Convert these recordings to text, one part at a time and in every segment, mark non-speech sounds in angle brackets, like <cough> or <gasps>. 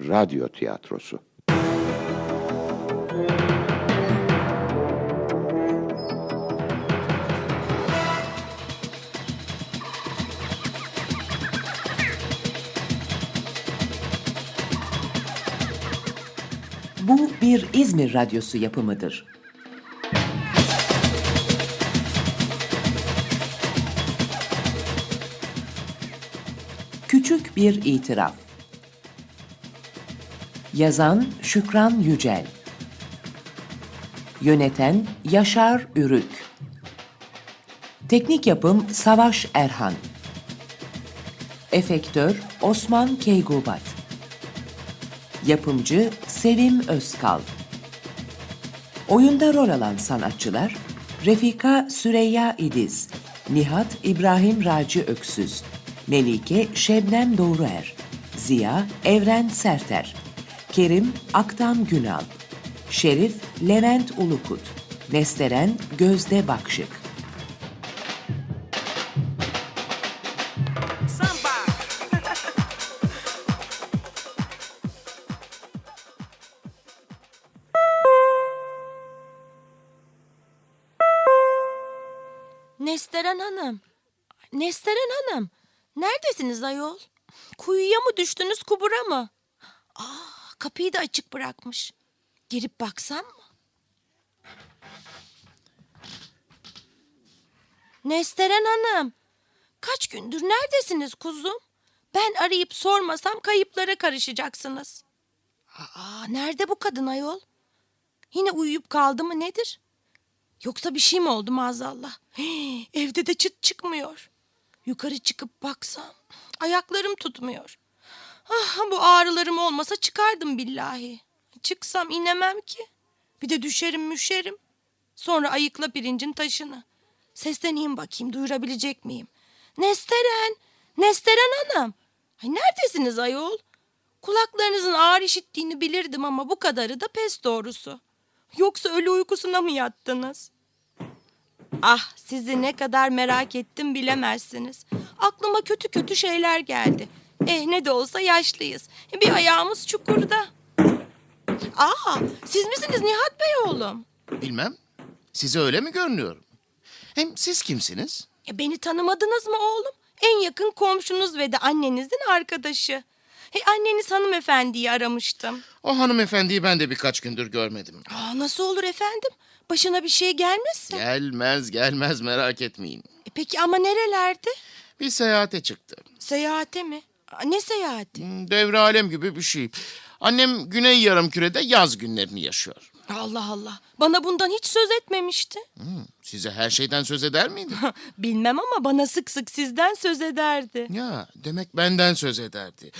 radyo tiyatrosu. Bu bir İzmir radyosu yapımıdır. Küçük bir itiraf. Yazan Şükran Yücel. Yöneten Yaşar Ürük. Teknik yapım Savaş Erhan. Efektör Osman Keygubat. Yapımcı Sevim Özkal. Oyunda rol alan sanatçılar Refika Süreyya İdiz, Nihat İbrahim Raci Öksüz, Melike Şebnem Doğruer, Ziya Evren Serter, Kerim Aktan Günal, Şerif Levent Ulukut, Nesteren Gözde Bakşık. Nesteren Hanım. Nesteren Hanım. Neredesiniz ayol? Kuyuya mı düştünüz kubura mı? Aa, kapıyı da açık bırakmış. Girip baksam mı? Nesteren Hanım. Kaç gündür neredesiniz kuzum? Ben arayıp sormasam kayıplara karışacaksınız. Aa, nerede bu kadın ayol? Yine uyuyup kaldı mı nedir? Yoksa bir şey mi oldu maazallah? Hii, evde de çıt çıkmıyor. Yukarı çıkıp baksam ayaklarım tutmuyor. Ah bu ağrılarım olmasa çıkardım billahi. Çıksam inemem ki. Bir de düşerim müşerim. Sonra ayıkla pirincin taşını. Sesleneyim bakayım duyurabilecek miyim? Nesteren, Nesteren Hanım. Ay neredesiniz ayol? Kulaklarınızın ağır işittiğini bilirdim ama bu kadarı da pes doğrusu. Yoksa ölü uykusuna mı yattınız? Ah sizi ne kadar merak ettim bilemezsiniz. Aklıma kötü kötü şeyler geldi. Eh ne de olsa yaşlıyız. Bir ayağımız çukurda. Aa siz misiniz Nihat Bey oğlum? Bilmem. Size öyle mi görünüyorum? Hem siz kimsiniz? E, beni tanımadınız mı oğlum? En yakın komşunuz ve de annenizin arkadaşı. E, anneniz hanımefendiyi aramıştım. O hanımefendiyi ben de birkaç gündür görmedim. Aa, nasıl olur efendim? Başına bir şey gelmesin. Gelmez gelmez merak etmeyin. E, peki ama nerelerde? Bir seyahate çıktı. Seyahate mi? Aa, ne seyahati? Hmm, Devre alem gibi bir şey. Annem Güney Yarımküre'de yaz günlerini yaşıyor. Allah Allah. Bana bundan hiç söz etmemişti. Hmm, Size her şeyden söz <laughs> eder miydi? Bilmem ama bana sık sık sizden söz ederdi. ya demek benden söz ederdi.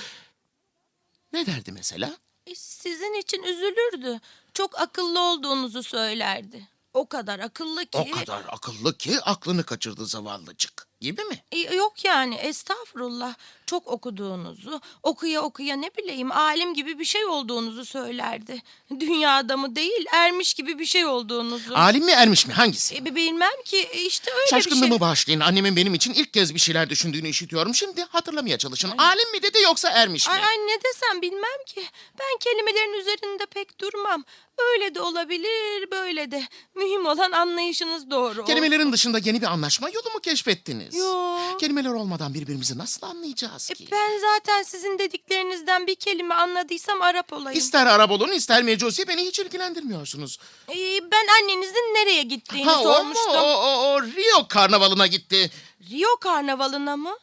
Ne derdi mesela? E, Sizin için üzülürdü. Çok akıllı olduğunuzu söylerdi. O kadar akıllı ki. O kadar akıllı ki aklını kaçırdı zavallıcık. Gibi mi? E, Yok yani estağfurullah. Çok okuduğunuzu, okuya okuya ne bileyim alim gibi bir şey olduğunuzu söylerdi. Dünya adamı değil ermiş gibi bir şey olduğunuzu. Alim mi ermiş mi hangisi? E, bilmem ki e, işte öyle bir şey. Şaşkınlığımı bağışlayın. Annemin benim için ilk kez bir şeyler düşündüğünü işitiyorum. Şimdi hatırlamaya çalışın. Alim mi dedi yoksa ermiş mi? Ay, ay ne desem bilmem ki. Ben kelimelerin üzerinde pek durmam. Öyle de olabilir, böyle de. Mühim olan anlayışınız doğru. olsun. Kelimelerin dışında yeni bir anlaşma yolu mu keşfettiniz? Yo. Kelimeler olmadan birbirimizi nasıl anlayacağız ki? E, ben zaten sizin dediklerinizden bir kelime anladıysam Arap olayım. İster Arap olun ister Mecusi beni hiç ilgilendirmiyorsunuz. E, ben annenizin nereye gittiğini Ha o mu? sormuştum. O, o, o Rio karnavalına gitti. Rio karnavalına mı?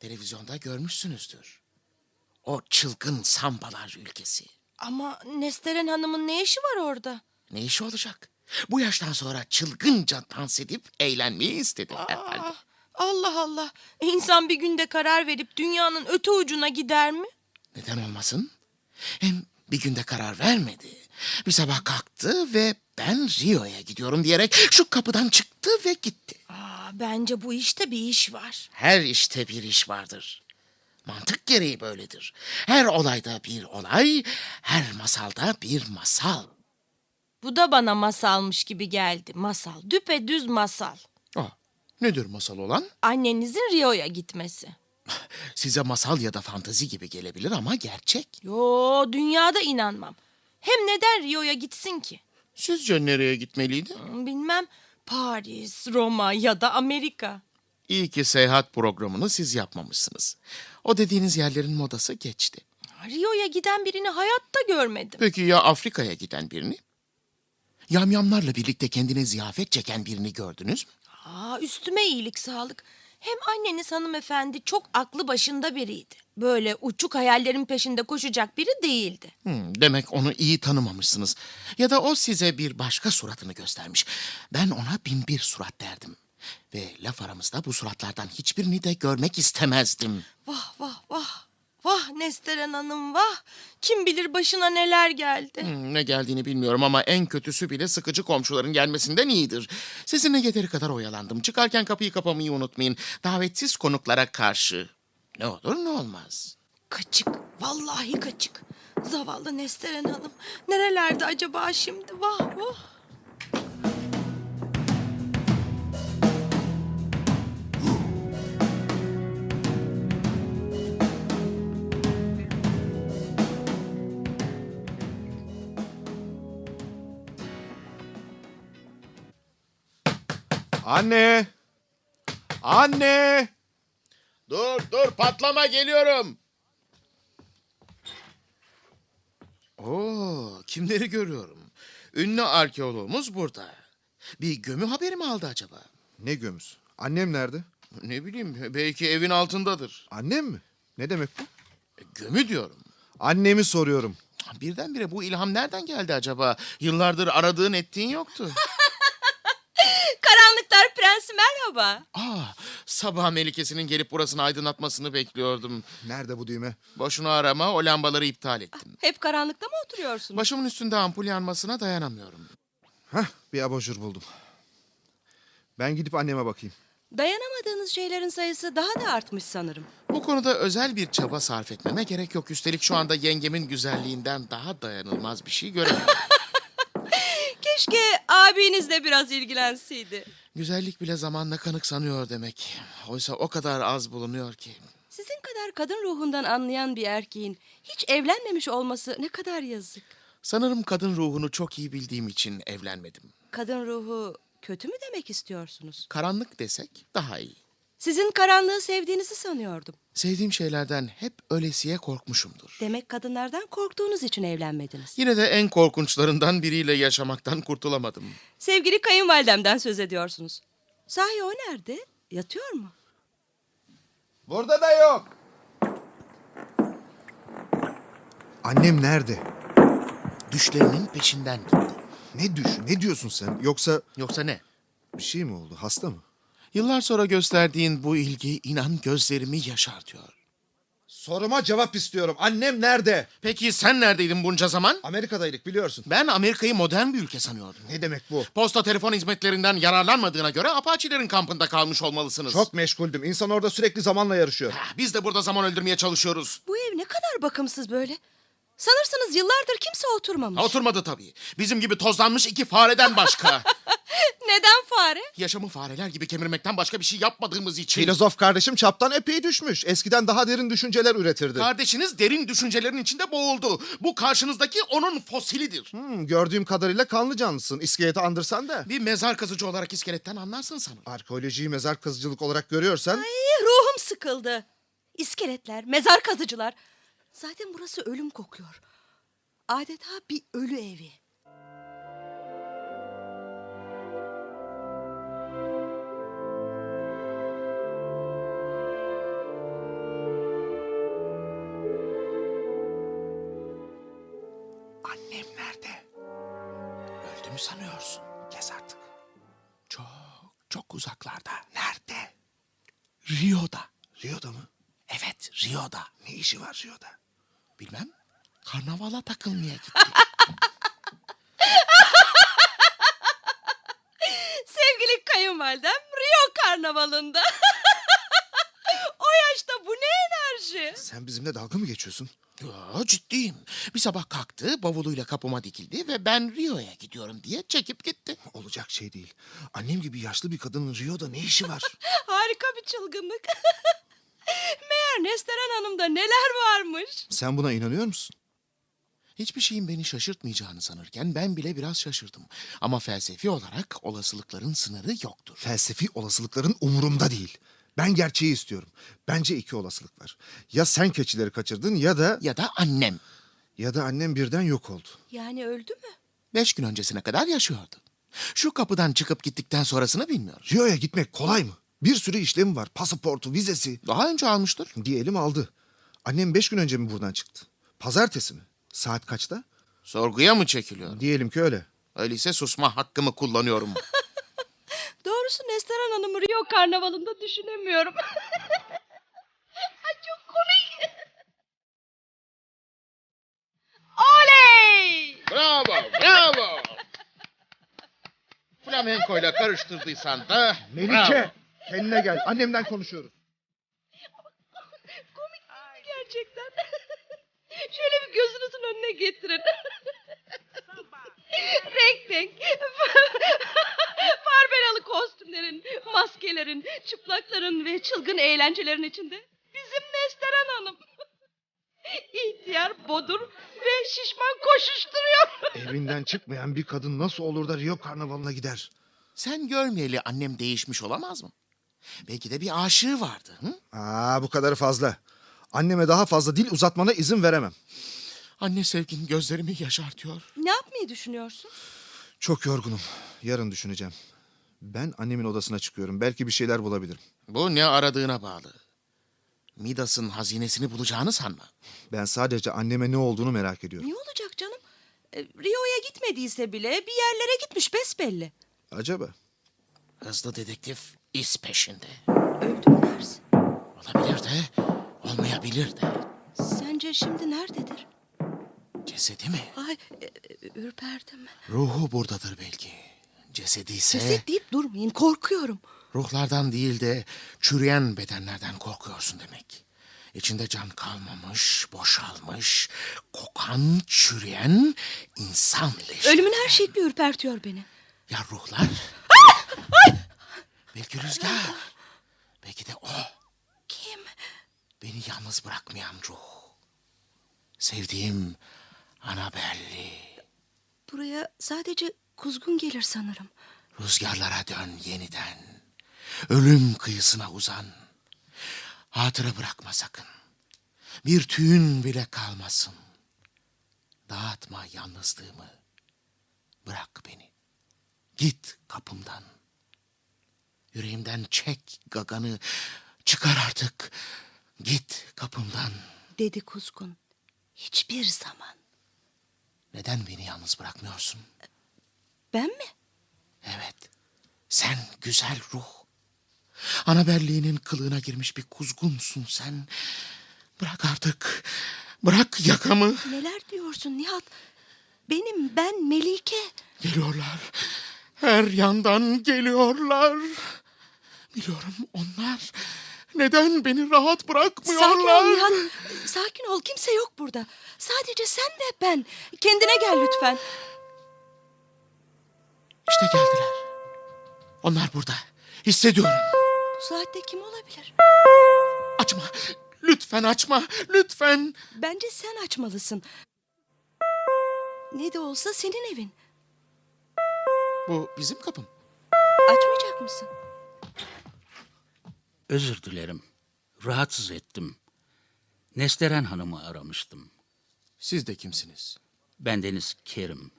Televizyonda görmüşsünüzdür. O çılgın sambalar ülkesi. Ama Nesteren Hanım'ın ne işi var orada? Ne işi olacak? Bu yaştan sonra çılgınca dans edip eğlenmeyi istedi herhalde. Ah, Allah Allah. E, İnsan bir günde karar verip dünyanın öte ucuna gider mi? Neden olmasın? Hem bir günde karar vermedi. Bir sabah kalktı ve ben Rio'ya gidiyorum diyerek şu kapıdan çıktı ve gitti. Aa, bence bu işte bir iş var. Her işte bir iş vardır. Mantık gereği böyledir. Her olayda bir olay, her masalda bir masal. Bu da bana masalmış gibi geldi. Masal, düpedüz masal. Ah, nedir masal olan? Annenizin Rio'ya gitmesi. Size masal ya da fantazi gibi gelebilir ama gerçek. Yo dünyada inanmam. Hem neden Rio'ya gitsin ki? Sizce nereye gitmeliydi? Bilmem Paris, Roma ya da Amerika. İyi ki seyahat programını siz yapmamışsınız. O dediğiniz yerlerin modası geçti. Rio'ya giden birini hayatta görmedim. Peki ya Afrika'ya giden birini? Yamyamlarla birlikte kendine ziyafet çeken birini gördünüz mü? Aa, üstüme iyilik sağlık. Hem anneniz hanımefendi çok aklı başında biriydi. Böyle uçuk hayallerin peşinde koşacak biri değildi. Hmm, demek onu iyi tanımamışsınız. Ya da o size bir başka suratını göstermiş. Ben ona bin bir surat derdim. Ve laf aramızda bu suratlardan hiçbirini de görmek istemezdim. Vah vah vah. Vah Nesteren Hanım vah. Kim bilir başına neler geldi. Hmm, ne geldiğini bilmiyorum ama en kötüsü bile sıkıcı komşuların gelmesinden iyidir. Sizinle yeteri kadar oyalandım. Çıkarken kapıyı kapamayı unutmayın. Davetsiz konuklara karşı. Ne olur ne olmaz. Kaçık. Vallahi kaçık. Zavallı Nesteren Hanım. Nerelerde acaba şimdi? Vah vah. Anne! Anne! Dur dur patlama geliyorum. Oo, kimleri görüyorum. Ünlü arkeoloğumuz burada. Bir gömü haberi mi aldı acaba? Ne gömüsü? Annem nerede? Ne bileyim belki evin altındadır. Annem mi? Ne demek bu? E, Gömü diyorum. Annemi soruyorum. Birdenbire bu ilham nereden geldi acaba? Yıllardır aradığın ettiğin yoktu. Karanlıklar Prensi merhaba. <laughs> Aa, sabah melikesinin gelip burasını aydınlatmasını bekliyordum. Nerede bu düğme? Boşuna arama, o lambaları iptal ettim. Hep karanlıkta mı oturuyorsunuz? Başımın üstünde ampul yanmasına dayanamıyorum. Hah bir abajur buldum. Ben gidip anneme bakayım. Dayanamadığınız şeylerin sayısı daha da artmış sanırım. Bu konuda özel bir çaba sarf etmeme gerek yok. Üstelik şu anda yengemin güzelliğinden daha dayanılmaz bir şey göremiyorum. Keşke abiniz de biraz ilgilenseydi. Güzellik bile zamanla kanık sanıyor demek. Oysa o kadar az bulunuyor ki. Sizin kadar kadın ruhundan anlayan bir erkeğin hiç evlenmemiş olması ne kadar yazık. Sanırım kadın ruhunu çok iyi bildiğim için evlenmedim. Kadın ruhu kötü mü demek istiyorsunuz? Karanlık desek daha iyi. Sizin karanlığı sevdiğinizi sanıyordum. Sevdiğim şeylerden hep ölesiye korkmuşumdur. Demek kadınlardan korktuğunuz için evlenmediniz. Yine de en korkunçlarından biriyle yaşamaktan kurtulamadım. Sevgili kayınvalidemden söz ediyorsunuz. Sahi o nerede? Yatıyor mu? Burada da yok. Annem nerede? Düşlerinin peşinden gitti. Ne düş? Ne diyorsun sen? Yoksa Yoksa ne? bir şey mi oldu? Hasta mı? Yıllar sonra gösterdiğin bu ilgi inan gözlerimi yaşartıyor. Soruma cevap istiyorum. Annem nerede? Peki sen neredeydin bunca zaman? Amerika'daydık biliyorsun. Ben Amerika'yı modern bir ülke sanıyordum. Ne demek bu? Posta telefon hizmetlerinden yararlanmadığına göre Apache'lerin kampında kalmış olmalısınız. Çok meşguldüm. İnsan orada sürekli zamanla yarışıyor. Ah, Biz de burada zaman öldürmeye çalışıyoruz. Bu ev ne kadar bakımsız böyle. Sanırsınız yıllardır kimse oturmamış. Oturmadı tabii. Bizim gibi tozlanmış iki fareden <laughs> başka. Neden fare? Yaşamı fareler gibi kemirmekten başka bir şey yapmadığımız için. Filozof kardeşim çaptan epey düşmüş. Eskiden daha derin düşünceler üretirdi. Kardeşiniz derin düşüncelerin içinde boğuldu. Bu karşınızdaki onun fosilidir. Hmm, gördüğüm kadarıyla kanlı canlısın. İskeleti andırsan da. Bir mezar kazıcı olarak iskeletten anlarsın sanırım. Arkeolojiyi mezar kazıcılık olarak görüyorsan Ay, ruhum sıkıldı. İskeletler, mezar kazıcılar. Zaten burası ölüm kokuyor. Adeta bir ölü evi. Annem nerede? Öldü mü sanıyorsun? Kes artık. Çok çok uzaklarda. Nerede? Rio'da. Rio'da mı? Evet Rio'da. Ne işi var Rio'da? Bilmem. Karnavala takılmaya <laughs> gitti. Sevgili kayınvalidem Rio Karnavalı'nda. <laughs> o yaşta bu ne enerji? sen bizimle dalga mı geçiyorsun? Yo, ciddiyim. Bir sabah kalktı, bavuluyla kapıma dikildi ve ben Rio'ya gidiyorum diye çekip gitti. Olacak şey değil. Annem gibi yaşlı bir kadının Rio'da ne işi var? Harika bir çılgınlık. Meğer <laughs> meğer Nesteren Hanım'da neler varmış. <laughs> Sen buna inanıyor musun? Hiçbir şeyin beni şaşırtmayacağını sanırken ben bile biraz şaşırdım. Ama felsefi olarak olasılıkların sınırı yoktur. Felsefi olasılıkların umurumda değil. Ben gerçeği istiyorum. Bence iki olasılık var. Ya sen keçileri kaçırdın ya da Ya da annem. ya da annem birden yok oldu. Yani öldü mü? Beş gün öncesine kadar yaşıyordu. Şu kapıdan çıkıp gittikten sonrasını bilmiyoruz. Rio'ya gitmek kolay mı? Bir sürü işlemi var. Pasaportu, vizesi. Daha önce almıştır. Diyelim aldı. Annem beş gün önce mi buradan çıktı? Pazartesi mi? Saat kaçta? Sorguya mı çekiliyor? Diyelim ki öyle. Öyleyse susma hakkımı kullanıyorum. Doğrusu Nesteren Hanım'ı Rio Karnavalı'nda düşünemiyorum. Ay çok komik. Oley! bravo, bravo. <laughs> Flamenko'yla karıştırdıysan da... bravo. Kendine gel. Annemden konuşuyoruz. <laughs> Komik değil mi gerçekten? <laughs> Şöyle bir gözünüzün önüne getirin. <laughs> renk renk. <laughs> Farbelalı kostümlerin, maskelerin, çıplakların ve çılgın eğlencelerin içinde bizim Nesteren Hanım. <laughs> İhtiyar, bodur ve şişman koşuşturuyor. <laughs> Evinden çıkmayan bir kadın nasıl olur da Rio Karnavalı'na gider? Sen görmeyeli annem değişmiş olamaz mı? Belki de bir aşığı vardı. Hı? Aa bu kadarı fazla. Anneme daha fazla dil uzatmana izin veremem. Anne sevgin gözlerimi yaşartıyor. Ne yapmayı düşünüyorsun? Çok yorgunum. Yarın düşüneceğim. Ben annemin odasına çıkıyorum. Belki bir şeyler bulabilirim. Bu ne aradığına bağlı. Midas'ın hazinesini bulacağını sanma. Ben sadece anneme ne olduğunu merak ediyorum. Ne olacak canım? E, Rio'ya gitmediyse bile bir yerlere gitmiş besbelli. Acaba? Hızlı dedektif iz peşinde. Öldü mü dersin? Olabilir de, olmayabilir de. Sence şimdi nerededir? Cesedi mi? Ay e, e, ürperdim. Ee? Ruhu buradadır belki. Cesedi ise Ceset deyip durmayın korkuyorum. ruhlardan değil de çürüyen bedenlerden korkuyorsun demek. İçinde can kalmamış, boşalmış, kokan, çürüyen insan leşi. Ölümün her şekli ürpertiyor beni. Ya ruhlar? belki rüzgar. Belki de o. Kim? Beni yalnız bırakmayan ruh. Sevdiğim Anabelli. Buraya sadece kuzgun gelir sanırım. Rüzgarlara dön yeniden. Ölüm kıyısına uzan. Hatıra bırakma sakın. Bir tüyün bile kalmasın. Dağıtma yalnızlığımı. Bırak beni. Git kapımdan. Yüreğimden çek gaganı. Çıkar artık. Git kapımdan. Dedi kuzgun. Hiçbir zaman. Neden beni yalnız bırakmıyorsun? Ben mi? Evet. Sen güzel ruh. Anaberliğinin kılığına girmiş bir kuzgunsun sen. Bırak artık. Bırak yakamı. Neler diyorsun Nihat? Benim ben Melike. Geliyorlar. Her yandan geliyorlar. Biliyorum onlar. Neden beni rahat Sakin ol bırakmıyorlar? Nihat. Sakin ol kimse yok burada. Sadece sen ve ben. Kendine gel lütfen. İşte geldiler. Onlar burada. Hissediyorum. Bu saatte kim olabilir? Açma. Lütfen açma. Lütfen. Bence sen açmalısın. Ne de olsa senin evin. Bu bizim kapım. Açmayacak mısın? Özür dilerim. Rahatsız ettim. Nesteren Hanım'ı aramıştım. Siz de kimsiniz? Bendeniz Kerim.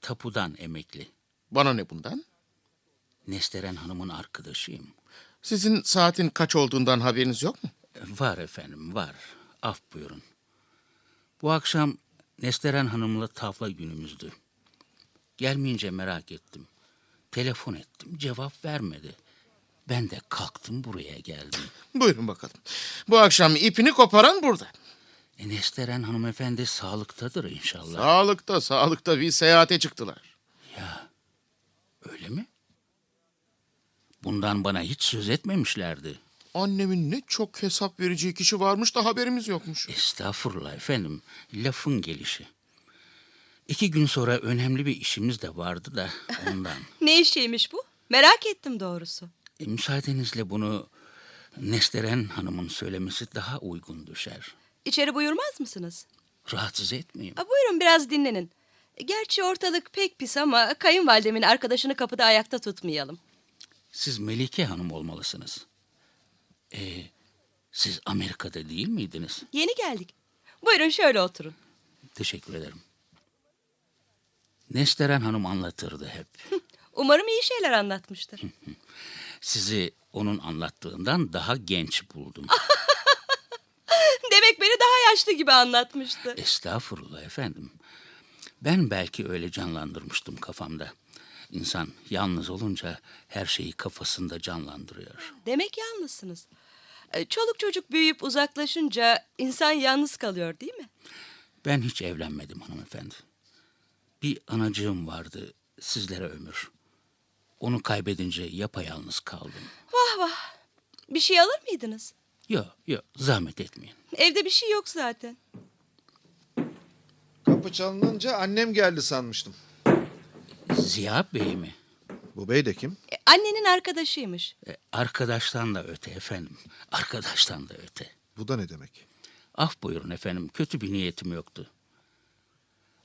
Tapudan emekli. Bana ne bundan? Nesteren Hanım'ın arkadaşıyım. Sizin saatin kaç olduğundan haberiniz yok mu? Var efendim var. Af buyurun. Bu akşam Nesteren Hanım'la tavla günümüzdü. Gelmeyince merak ettim. Telefon ettim cevap vermedi. Ben de kalktım buraya geldim. Buyurun bakalım. Bu akşam ipini koparan burada. E, Nesteren hanımefendi sağlıktadır inşallah. Sağlıkta sağlıkta bir seyahate çıktılar. Öyle mi? Bundan bana hiç söz etmemişlerdi. Annemin ne çok hesap vereceği kişi varmış da haberimiz yokmuş. Estağfurullah efendim. Lafın gelişi. İki gün sonra önemli bir işimiz de vardı da ondan. Ne işiymiş bu? Merak ettim doğrusu. E, müsaadenizle bunu Nesteren Hanım'ın söylemesi daha uygun düşer. İçeri buyurmaz mısınız? Rahatsız etmeyeyim. A, buyurun biraz dinlenin. Gerçi ortalık pek pis ama kayınvalidemin arkadaşını kapıda ayakta tutmayalım. Siz Melike Hanım olmalısınız. Ee, siz Amerika'da değil miydiniz? Yeni geldik. Buyurun şöyle oturun. Teşekkür ederim. Nesteren Hanım anlatırdı hep. Umarım iyi şeyler anlatmıştır. Sizi onun anlattığından daha genç buldum. Demek beni daha yaşlı gibi anlatmıştı. Estağfurullah efendim. Ben belki öyle canlandırmıştım kafamda. İnsan yalnız olunca her şeyi kafasında canlandırıyor. Demek yalnızsınız. E, Çoluk çocuk büyüyüp uzaklaşınca insan yalnız kalıyor değil mi? Ben hiç evlenmedim hanımefendi. Bir anacığım vardı sizlere ömür. Onu kaybedince yapayalnız kaldım. Vah vah. Bir şey alır mıydınız? Yok yok zahmet etmeyin. Evde bir şey yok zaten. Kapı çalınınca annem geldi sanmıştım. Ziya Bey mi? Bu bey de kim? E, annenin arkadaşıymış. E, Arkadaştan da öte efendim. Arkadaştan da öte. Bu da ne demek? Af Ah, buyurun efendim. Kötü bir niyetim yoktu.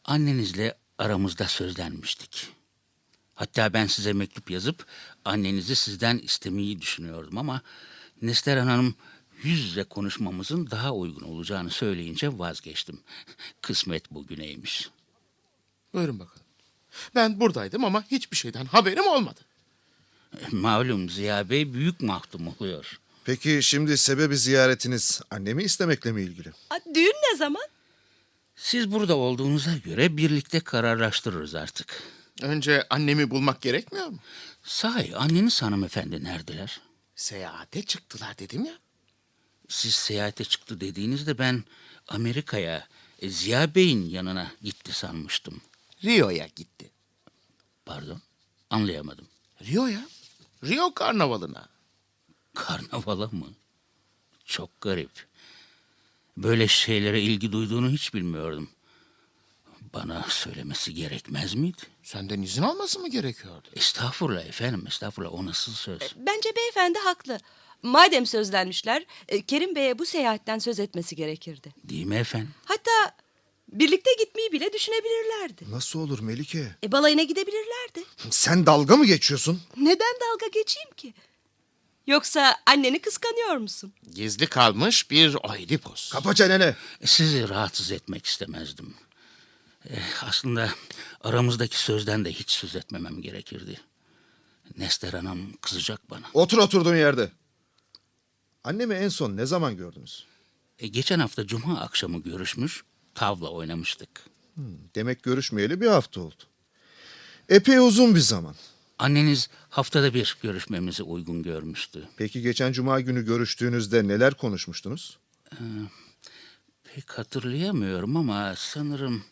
Annenizle aramızda sözlenmiştik. Hatta ben size mektup yazıp annenizi sizden istemeyi düşünüyordum ama Nesteren Hanım yüz yüze konuşmamızın daha uygun olacağını söyleyince vazgeçtim. <laughs> Kısmet bugüneymiş. Buyurun bakalım. Ben buradaydım ama hiçbir şeyden haberim olmadı. <laughs> Malum Ziya Bey büyük mahdum oluyor. Peki şimdi sebebi ziyaretiniz annemi istemekle mi ilgili? A, düğün ne zaman? Siz burada olduğunuza göre birlikte kararlaştırırız artık. Önce annemi bulmak gerekmiyor mu? Sahi anneniz hanımefendi neredeler? Seyahate çıktılar dedim ya. siz seyahate çıktı dediğinizde ben Amerika'ya e, Ziya Bey'in yanına gitti sanmıştım. Rio'ya gitti. Pardon anlayamadım. <laughs> Rio'ya? Rio karnavalına. Karnavala mı? Çok garip. Böyle şeylere ilgi duyduğunu hiç bilmiyordum. Bana söylemesi gerekmez miydi? Senden izin alması mı gerekiyordu? Estağfurullah efendim estağfurullah o nasıl söz? Bence beyefendi haklı. Madem sözlenmişler, e, Kerim Bey'e bu seyahatten söz etmesi gerekirdi. Değil mi efendim? Hatta birlikte gitmeyi bile düşünebilirlerdi. Nasıl olur Melike? E balayına gidebilirlerdi. Sen dalga mı geçiyorsun? Neden dalga geçeyim ki? Yoksa anneni kıskanıyor musun? Gizli kalmış bir Oedipus. Kapa çeneni. Sizi rahatsız etmek istemezdim. Eh, aslında aramızdaki sözden de hiç söz etmemem gerekirdi. Nester Hanım kızacak bana. Otur oturduğun yerde. Annemi en son ne zaman gördünüz? E, geçen hafta cuma akşamı görüşmüş, tavla oynamıştık. Demek görüşmeyeli bir hafta oldu. Epey uzun bir zaman. Anneniz haftada bir görüşmemizi uygun görmüştü. Peki geçen cuma günü görüştüğünüzde neler konuşmuştunuz? Pek hatırlayamıyorum ama sanırım...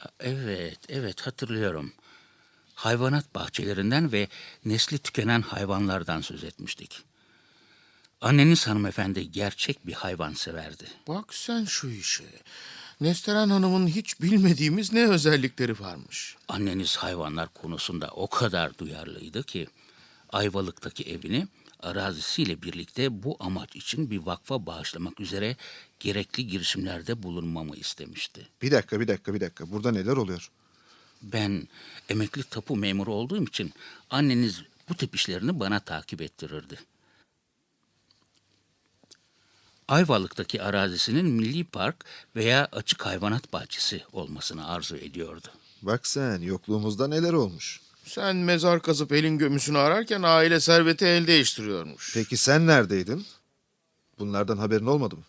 A, Evet, evet hatırlıyorum. Hayvanat bahçelerinden ve nesli tükenen hayvanlardan söz etmiştik. Anneniz hanımefendi gerçek bir hayvan severdi. Bak sen şu işe. Nesteren Hanım'ın hiç bilmediğimiz ne özellikleri varmış. Anneniz hayvanlar konusunda o kadar duyarlıydı ki Ayvalık'taki evini arazisiyle birlikte bu amaç için bir vakfa bağışlamak üzere gerekli girişimlerde bulunmamı istemişti. Bir dakika, bir dakika, bir dakika. Burada neler oluyor? Ben emekli tapu memuru olduğum için anneniz bu tip işlerini bana takip ettirirdi. Ayvalık'taki arazisinin milli park veya açık hayvanat bahçesi olmasını arzu ediyordu. Bak sen yokluğumuzda neler olmuş. Sen mezar kazıp elin gömüsünü ararken aile serveti el değiştiriyormuş. Peki sen neredeydin? Bunlardan haberin olmadı mı?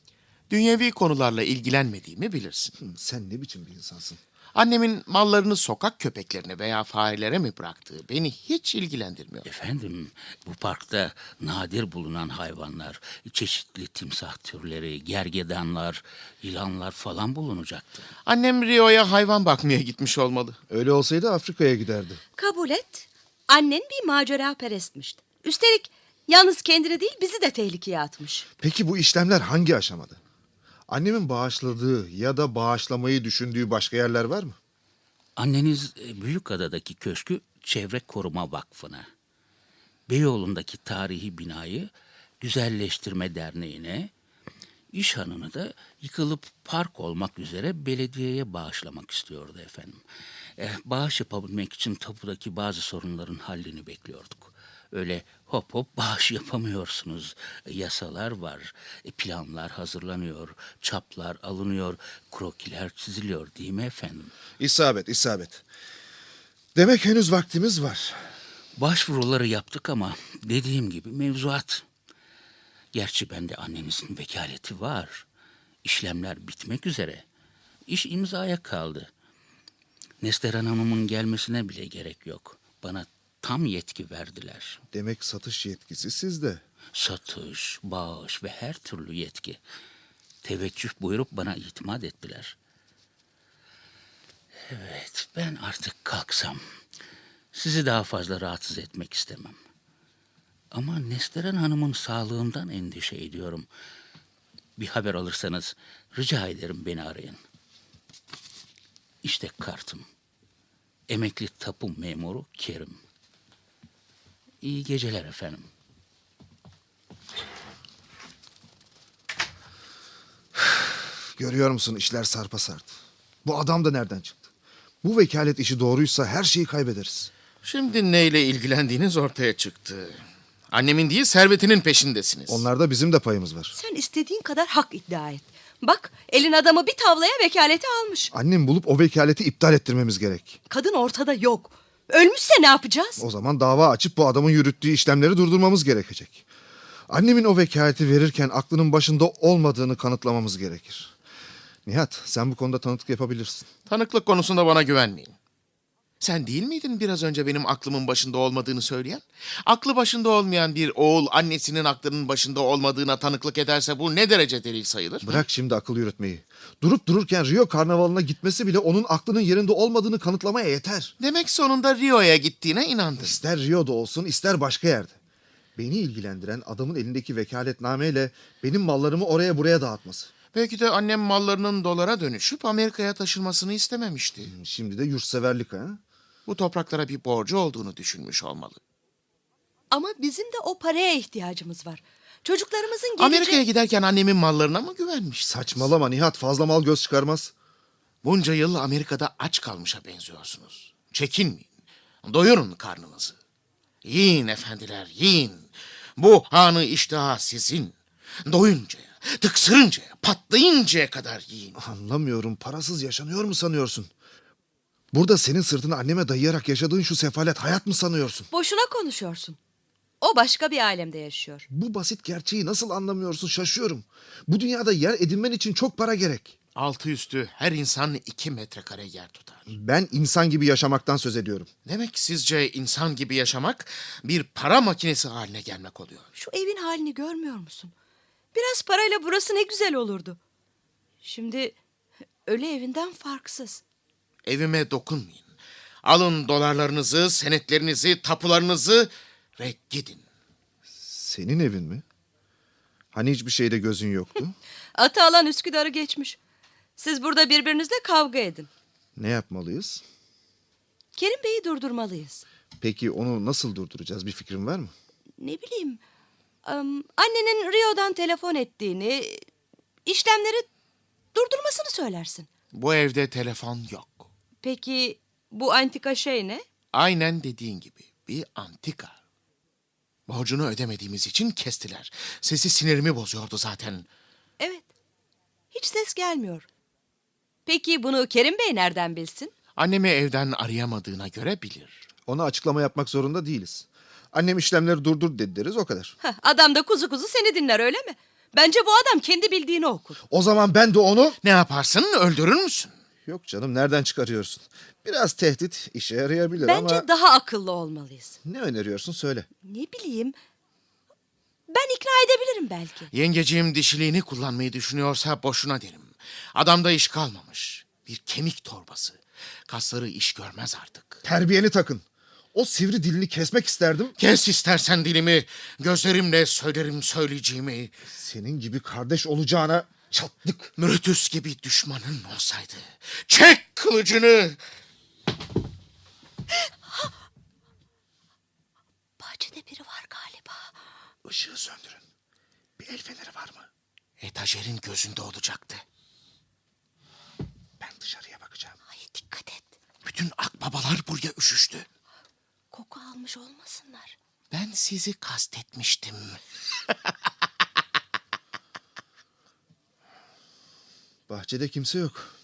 Dünyevi konularla ilgilenmediğimi bilirsin. Sen ne biçim bir insansın? Annemin mallarını sokak köpeklerine veya farelere mi bıraktığı beni hiç ilgilendirmiyor. Efendim bu parkta nadir bulunan hayvanlar, çeşitli timsah türleri, gergedanlar, yılanlar falan bulunacaktı. Annem Rio'ya hayvan bakmaya gitmiş olmalı. Öyle olsaydı Afrika'ya giderdi. Kabul et. Annen bir macera perestmiş. Üstelik yalnız kendini değil bizi de tehlikeye atmış. Peki bu işlemler hangi aşamada? Annemin bağışladığı ya da bağışlamayı düşündüğü başka yerler var mı? Anneniz e, Büyükada'daki köşkü Çevre Koruma Vakfı'na, Beyoğlu'ndaki tarihi binayı Güzelleştirme Derneği'ne, iş hanını da yıkılıp park olmak üzere belediyeye bağışlamak istiyordu efendim. Eh, bağış yapabilmek için tapudaki bazı sorunların hallini bekliyorduk. Öyle hop hop bağış yapamıyorsunuz. E, Yasalar var, e, planlar hazırlanıyor, çaplar alınıyor, krokiler çiziliyor değil mi efendim? İsabet, isabet. Demek henüz vaktimiz var. Başvuruları yaptık ama dediğim gibi mevzuat. Gerçi bende annenizin vekaleti var. İşlemler bitmek üzere. İş imzaya kaldı. Nesteren Hanım'ın gelmesine bile gerek yok. Bana tam yetki verdiler. Demek satış yetkisi sizde. Satış, bağış ve her türlü yetki. Teveccüh buyurup bana itimat ettiler. Evet, ben artık kalksam. Sizi daha fazla rahatsız etmek istemem. Ama Nesteren Hanım'ın sağlığından endişe ediyorum. Bir haber alırsanız rica ederim beni arayın. İşte kartım. Emekli tapu memuru Kerim. İyi geceler efendim. Görüyor musun işler sarpa sardı. Bu adam da nereden çıktı? Bu vekalet işi doğruysa her şeyi kaybederiz. Şimdi neyle ilgilendiğiniz ortaya çıktı. Annemin değil servetinin peşindesiniz. Onlarda bizim de payımız var. Sen istediğin kadar hak iddia et. Bak elin adamı bir tavlaya vekaleti almış. Annem bulup o vekaleti iptal ettirmemiz gerek. Kadın ortada yok. Ölmüşse ne yapacağız? O zaman dava açıp bu adamın yürüttüğü işlemleri durdurmamız gerekecek. Annemin o vekaleti verirken aklının başında olmadığını kanıtlamamız gerekir. Nihat sen bu konuda tanıklık yapabilirsin. Tanıklık konusunda bana güvenmeyin. Sen değil miydin biraz önce benim aklımın başında olmadığını söyleyen? Aklı başında olmayan bir oğul annesinin aklının başında olmadığına tanıklık ederse bu ne derece delil sayılır? Bırak şimdi akıl yürütmeyi. Durup dururken Rio karnavalına gitmesi bile onun aklının yerinde olmadığını kanıtlamaya yeter. Demek sonunda Rio'ya gittiğine inandın. İster Rio'da olsun ister başka yerde. Beni ilgilendiren adamın elindeki vekaletnameyle benim mallarımı oraya buraya dağıtması. Belki de annem mallarının dolara dönüşüp Amerika'ya taşınmasını istememişti. Şimdi de yurtseverlik ha. Bu topraklara bir borcu olduğunu düşünmüş olmalı. Ama bizim de o paraya ihtiyacımız var. Çocuklarımızın geleceği... Amerika'ya giderken annemin mallarına mı güvenmiş? Saçmalama Nihat fazla mal göz çıkarmaz. Bunca yıl Amerika'da aç kalmışa benziyorsunuz. Çekinmeyin. Doyurun karnınızı. Yiyin efendiler, yiyin. Bu hanı iştaha sizin. Doyuncaya, tıksırıncaya, patlayıncaya kadar yiyin. Anlamıyorum parasız yaşanıyor mu sanıyorsun? Burada senin sırtını anneme dayayarak yaşadığın şu sefalet hayat mı sanıyorsun? Boşuna konuşuyorsun. O başka bir alemde yaşıyor. Bu basit gerçeği nasıl anlamıyorsun şaşıyorum. Bu dünyada yer edinmen için çok para gerek. Altı üstü her insan iki metrekare yer tutar. Ben insan gibi yaşamaktan söz ediyorum. Demek sizce insan gibi yaşamak bir para makinesi haline gelmek oluyor. Şu evin halini görmüyor musun? Biraz parayla burası ne güzel olurdu. Şimdi ölü evinden farksız. Evime dokunmayın. Alın dolarlarınızı, senetlerinizi, tapularınızı ve gidin. Senin evin mi? Hani hiçbir şeyde gözün yoktu? Atı alan Üsküdar'ı geçmiş. Siz burada birbirinizle kavga edin. ne yapmalıyız? Kerim Bey'i durdurmalıyız. Peki onu nasıl durduracağız? Bir fikrin var mı? Ne bileyim. am, annenin Rio'dan telefon ettiğini, işlemleri durdurmasını söylersin. Bu evde telefon yok. Peki bu antika şey ne? Aynen dediğin gibi bir antika. Borcunu ödemediğimiz için kestiler. Sesi sinirimi bozuyordu zaten. Evet. Hiç ses gelmiyor. Peki bunu Kerim Bey nereden bilsin? Annemi evden arayamadığına göre bilir. Ona açıklama yapmak zorunda değiliz. Annem işlemleri durdur dedi deriz o kadar. Heh, adam da kuzu kuzu seni dinler öyle mi? Bence bu adam kendi bildiğini okur. O zaman ben de onu... Ne yaparsın öldürür müsün? Yok canım nereden çıkarıyorsun? Biraz tehdit işe yarayabilir Bence ama... daha akıllı olmalıyız. Ne öneriyorsun söyle. Ne bileyim. Ben ikna edebilirim belki. Yengeciğim dişiliğini kullanmayı düşünüyorsa boşuna derim. Adamda iş kalmamış. Bir kemik torbası. Kasları iş görmez artık. Terbiyeni takın. O sivri dilini kesmek isterdim. Kes istersen dilimi. Gözlerimle söylerim söyleyeceğimi. Senin gibi kardeş olacağına çattık. Brutus gibi düşmanın olsaydı. Çek kılıcını. Bahçede biri var galiba. Işığı söndürün. el feneri var mı? Etajerin gözünde olacaktı. Ben dışarıya bakacağım. Ay dikkat et. Bütün akbabalar buraya üşüştü. Koku almış olmasınlar. Ben sizi kastetmiştim. Bahçede kimse yok.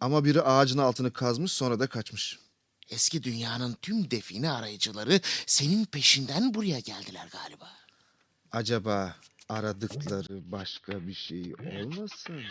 Ama biri ağacın altını kazmış sonra da kaçmış. Eski dünyanın tüm define arayıcıları senin peşinden buraya geldiler galiba. Acaba aradıkları başka bir şey olmasın?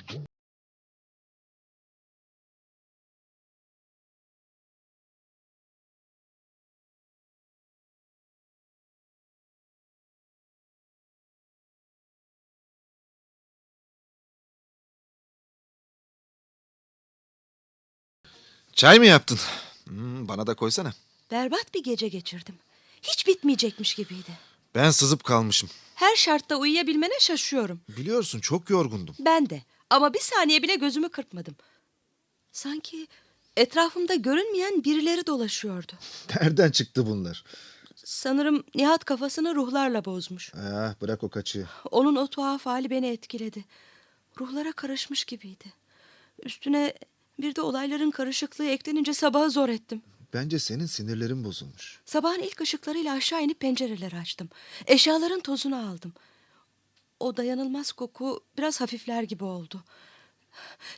Çay mı yaptın? Hmm, bana da koysana. Berbat bir gece geçirdim. Hiç bitmeyecekmiş gibiydi. Ben sızıp kalmışım. Her şartta uyuyabilmene şaşıyorum. Biliyorsun çok yorgundum. <laughs> Ben de. Ama bir saniye bile gözümü kırpmadım. Sanki etrafımda görünmeyen birileri dolaşıyordu. Nereden çıktı bunlar? Sanırım Nihat kafasını ruhlarla bozmuş. Ah, bırak o kaçığı. Onun o tuhaf hali beni etkiledi. Ruhlara karışmış gibiydi. Üstüne bir de olayların karışıklığı eklenince sabahı zor ettim. Bence senin sinirlerin bozulmuş. Sabahın ilk ışıklarıyla aşağı inip pencereleri açtım. Eşyaların tozunu aldım. O dayanılmaz koku biraz hafifler gibi oldu.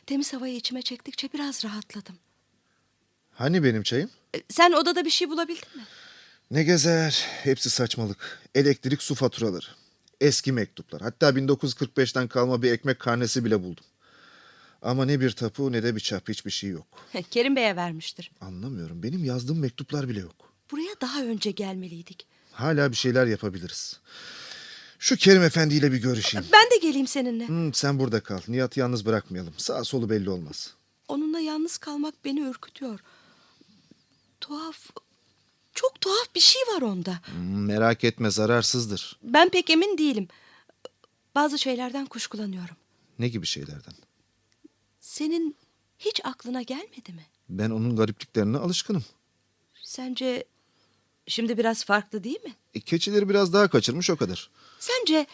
Temiz havayı içime çektikçe biraz rahatladım. Hani benim çayım? E, Sen odada bir şey bulabildin mi? Ne gezer. Hepsi saçmalık. Elektrik su faturaları. Eski mektuplar. Hatta 1945'ten kalma bir ekmek karnesi bile buldum. Ama ne bir tapu ne de bir çap hiçbir şey yok. Kerim Bey'e vermiştir. Anlamıyorum. Benim yazdığım mektuplar bile yok. Buraya daha önce gelmeliydik. Hala bir şeyler yapabiliriz. Şu Kerim Efendi ile bir görüşeyim. Ben de geleyim seninle. Hmm, sen burada kal. Nihat'ı yalnız bırakmayalım. Sağ solu belli olmaz. Onunla yalnız kalmak beni ürkütüyor. Tuhaf, çok tuhaf bir şey var onda. Hmm, merak etme zararsızdır. Ben pek emin değilim. Bazı şeylerden kuşkulanıyorum. Ne gibi şeylerden? Senin hiç aklına gelmedi mi? Ben onun garipliklerine alışkınım. Sence şimdi biraz farklı değil mi? E, keçileri biraz daha kaçırmış o kadar. Sence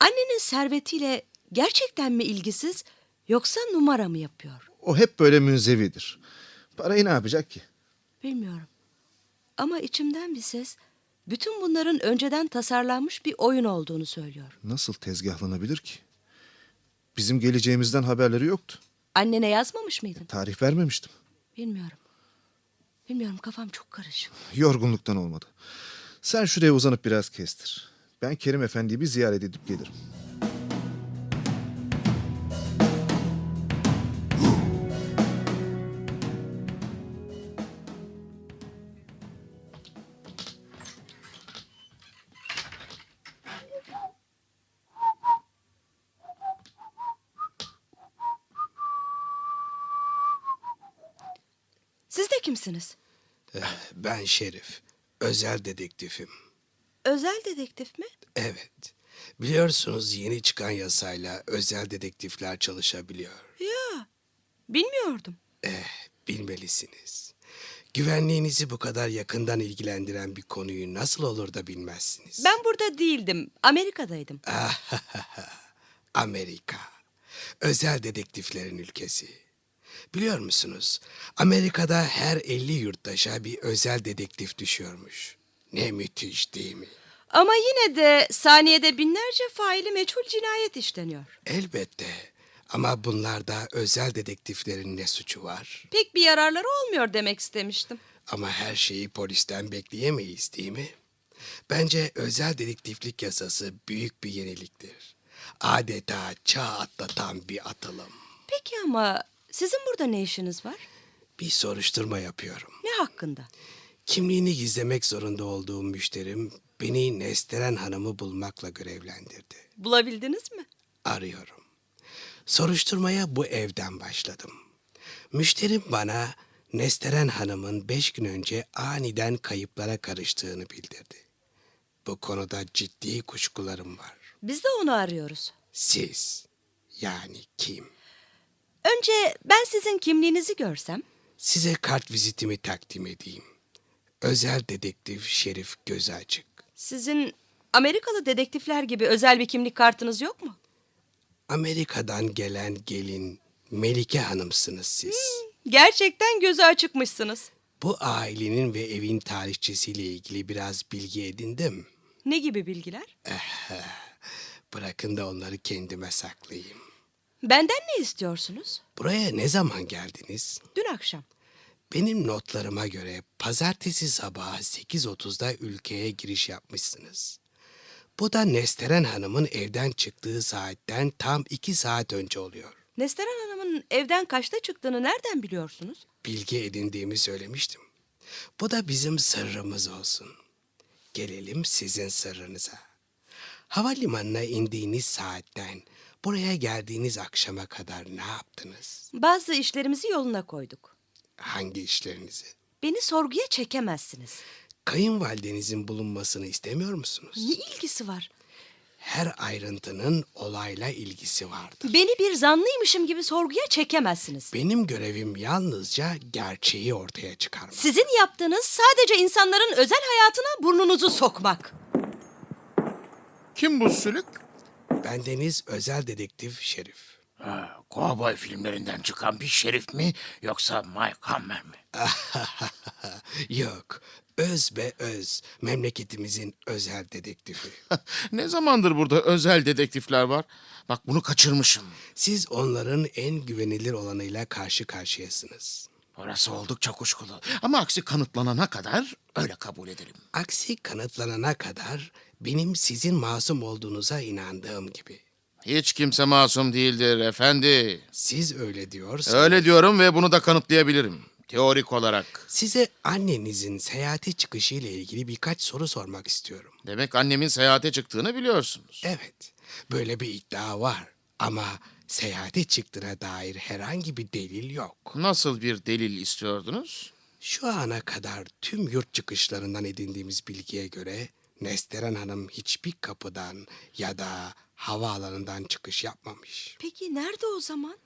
annenin servetiyle gerçekten mi ilgisiz yoksa numara mı yapıyor? O hep böyle münzevidir. Parayı ne yapacak ki? Bilmiyorum. Ama içimden bir ses bütün bunların önceden tasarlanmış bir oyun olduğunu söylüyor. Nasıl tezgahlanabilir ki? Bizim geleceğimizden haberleri yoktu. Annene yazmamış mıydın? Tarih vermemiştim. Bilmiyorum. Bilmiyorum kafam çok karışık. Yorgunluktan olmadı. Sen şuraya uzanıp biraz kestir. Ben Kerim Efendi'yi bir ziyaret edip gelirim. Siz de kimsiniz? Ben Şerif. Özel dedektifim. Özel dedektif mi? Evet. Biliyorsunuz yeni çıkan yasayla özel dedektifler çalışabiliyor. Eh, Ya bilmiyordum. Bilmelisiniz. Güvenliğinizi bu kadar yakından ilgilendiren bir konuyu nasıl olur da bilmezsiniz? Ben burada değildim. Amerika'daydım. Amerika. Özel dedektiflerin ülkesi. Biliyor musunuz? Amerika'da her 50 yurttaşa bir özel dedektif düşüyormuş. Ne müthiş değil mi? Ama yine de saniyede binlerce faili meçhul cinayet işleniyor. Elbette. Ama bunlarda özel dedektiflerin ne suçu var? Pek bir yararları olmuyor demek istemiştim. Ama her şeyi polisten bekleyemeyiz değil mi? Bence özel dedektiflik yasası büyük bir yeniliktir. Adeta çağ atlatan bir atılım. Peki ama sizin burada ne işiniz var? Bir soruşturma yapıyorum. Ne hakkında? Kimliğini gizlemek zorunda olduğum müşterim beni Nesteren Hanım'ı bulmakla görevlendirdi. Bulabildiniz mi? Arıyorum. Soruşturmaya bu evden başladım. Müşterim bana Nesteren Hanım'ın beş gün önce aniden kayıplara karıştığını bildirdi. Bu konuda ciddi kuşkularım var. Biz de onu arıyoruz. Siz yani kim? Önce ben sizin kimliğinizi görsem. Size kart vizitimi takdim edeyim. Özel dedektif Şerif Gözü Açık. Sizin Amerikalı dedektifler gibi özel bir kimlik kartınız yok mu? Amerika'dan gelen gelin Melike Hanım'sınız siz. Gerçekten gözü açıkmışsınız. Bu ailenin ve evin tarihçesiyle ilgili biraz bilgi edindim. Ne gibi bilgiler? Bırakın da onları kendime saklayayım. Benden ne istiyorsunuz? Buraya ne zaman geldiniz? Dün akşam. Benim notlarıma göre pazartesi sabahı 8.30'da ülkeye giriş yapmışsınız. Bu da Nesteren Hanım'ın evden çıktığı saatten tam iki saat önce oluyor. Nesteren Hanım'ın evden kaçta çıktığını nereden biliyorsunuz? Bilgi edindiğimi söylemiştim. Bu da bizim sırrımız olsun. Gelelim sizin sırrınıza. Havalimanına indiğiniz saatten buraya geldiğiniz akşama kadar ne yaptınız? Bazı işlerimizi yoluna koyduk. Hangi işlerinizi? Beni sorguya çekemezsiniz. Kayınvalidenizin bulunmasını istemiyor musunuz? Ne ilgisi var? Her ayrıntının olayla ilgisi vardır. Beni bir zanlıymışım gibi sorguya çekemezsiniz. Benim görevim yalnızca gerçeği ortaya çıkarmak. Sizin yaptığınız sadece insanların özel hayatına burnunuzu sokmak. Kim bu sülük? Bendeniz özel dedektif Şerif. <laughs> Ee, Ha, Kovboy filmlerinden çıkan bir şerif mi yoksa Mike Hammer mi? Yok, öz be öz, memleketimizin özel dedektifi. <laughs> ne zamandır burada özel dedektifler var? Bak bunu kaçırmışım. Siz onların en güvenilir olanıyla karşı karşıyasınız. Orası oldukça kuşkulu. Ama aksi kanıtlanana kadar Öyle kabul edelim. Aksi kanıtlanana kadar benim sizin masum olduğunuza inandığım gibi. hiç kimse masum değildir efendi. Siz öyle diyorsanız... Öyle diyorum ve bunu da kanıtlayabilirim. Teorik olarak. Size annenizin seyahate çıkışı ile ilgili birkaç soru sormak istiyorum. Demek annemin seyahate çıktığını biliyorsunuz. Evet, böyle bir iddia var ama seyahate çıktığına dair herhangi bir delil yok. Nasıl bir delil istiyordunuz? Şu ana kadar tüm yurt çıkışlarından edindiğimiz bilgiye göre Nesteren Hanım hiçbir kapıdan ya da havaalanından çıkış yapmamış. Peki nerede o zaman?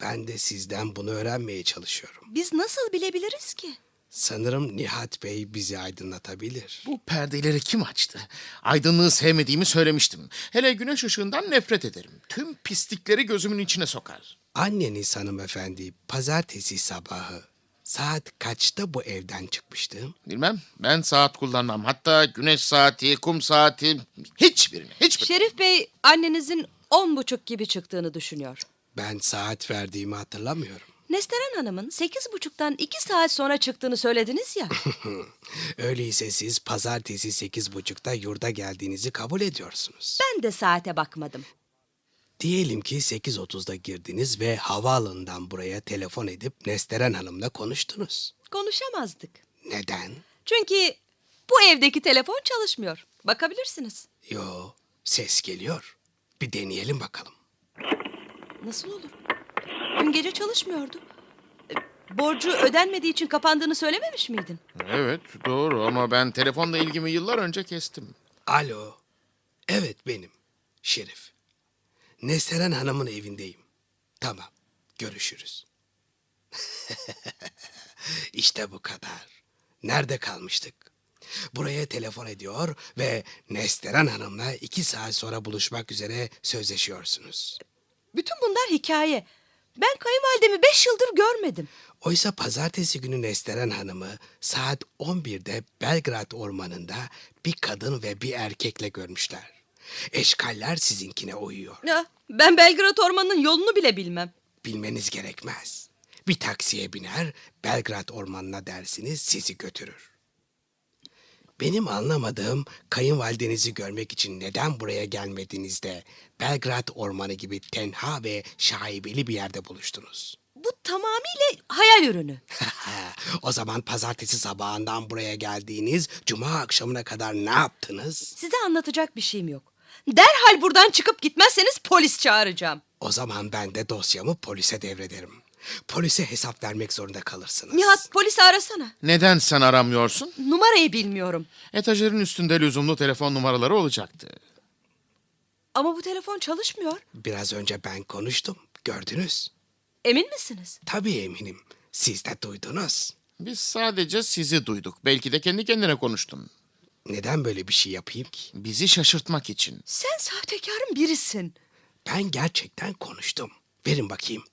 Ben de sizden bunu öğrenmeye çalışıyorum. Biz nasıl bilebiliriz ki? Sanırım Nihat Bey bizi aydınlatabilir. Bu perdeleri kim açtı? Aydınlığı sevmediğimi söylemiştim. Hele güneş ışığından nefret ederim. Tüm pislikleri gözümün içine sokar. Anneniz hanımefendi pazartesi sabahı saat kaçta bu evden çıkmıştı? Bilmem ben saat kullanmam. Hatta güneş saati, kum saati hiçbirini hiçbirini. Şerif Bey annenizin on buçuk gibi çıktığını düşünüyor. Ben saat verdiğimi hatırlamıyorum. Nesteren Hanım'ın sekiz buçuktan iki saat sonra çıktığını söylediniz ya. Öyleyse siz pazartesi sekiz buçukta yurda geldiğinizi kabul ediyorsunuz. Ben de saate bakmadım. Diyelim ki 8.30'da girdiniz ve havaalanından buraya telefon edip Nesteren Hanım'la konuştunuz. Konuşamazdık. Neden? Çünkü bu evdeki telefon çalışmıyor. Bakabilirsiniz. Yo, ses geliyor. Bir deneyelim bakalım. Nasıl olur? Dün gece çalışmıyordu. E, Borcu ödenmediği için kapandığını söylememiş miydin? Evet doğru ama ben telefonla ilgimi yıllar önce kestim. Alo. Evet benim. Şerif. Neseren Hanım'ın evindeyim. Tamam. Görüşürüz. <laughs> işte bu kadar. Nerede kalmıştık? Buraya telefon ediyor ve Nesteren Hanım'la iki saat sonra buluşmak üzere sözleşiyorsunuz. Bütün bunlar hikaye. Ben kayınvalidemi beş yıldır görmedim. Oysa pazartesi günü Nesteren Hanım'ı saat 11'de Belgrad Ormanı'nda bir kadın ve bir erkekle görmüşler. Eşkaller sizinkine uyuyor. Ya, ben Belgrad Ormanı'nın yolunu bile bilmem. Bilmeniz gerekmez. Bir taksiye biner, Belgrad Ormanı'na dersiniz sizi götürür. Benim anlamadığım kayınvalidenizi görmek için neden buraya gelmediğinizde Belgrad Ormanı gibi tenha ve şaibeli bir yerde buluştunuz. <laughs> Bu tamamıyla hayal ürünü. o zaman pazartesi sabahından buraya geldiğiniz cuma akşamına kadar ne yaptınız? Size anlatacak bir şeyim yok. Derhal buradan çıkıp gitmezseniz polis çağıracağım. O zaman ben de dosyamı polise devrederim. Polise hesap vermek zorunda kalırsınız. Nihat polisi arasana. Neden sen aramıyorsun? Numarayı bilmiyorum. Etajerin üstünde lüzumlu telefon numaraları olacaktı. Ama bu telefon çalışmıyor. Biraz önce ben konuştum. Gördünüz. Emin misiniz? Tabii eminim. Siz de duydunuz. Biz sadece sizi duyduk. Belki de kendi kendine konuştun. Neden böyle bir şey yapayım ki? Bizi şaşırtmak için. Sen sahtekarın birisin. Ben gerçekten konuştum. Verin bakayım.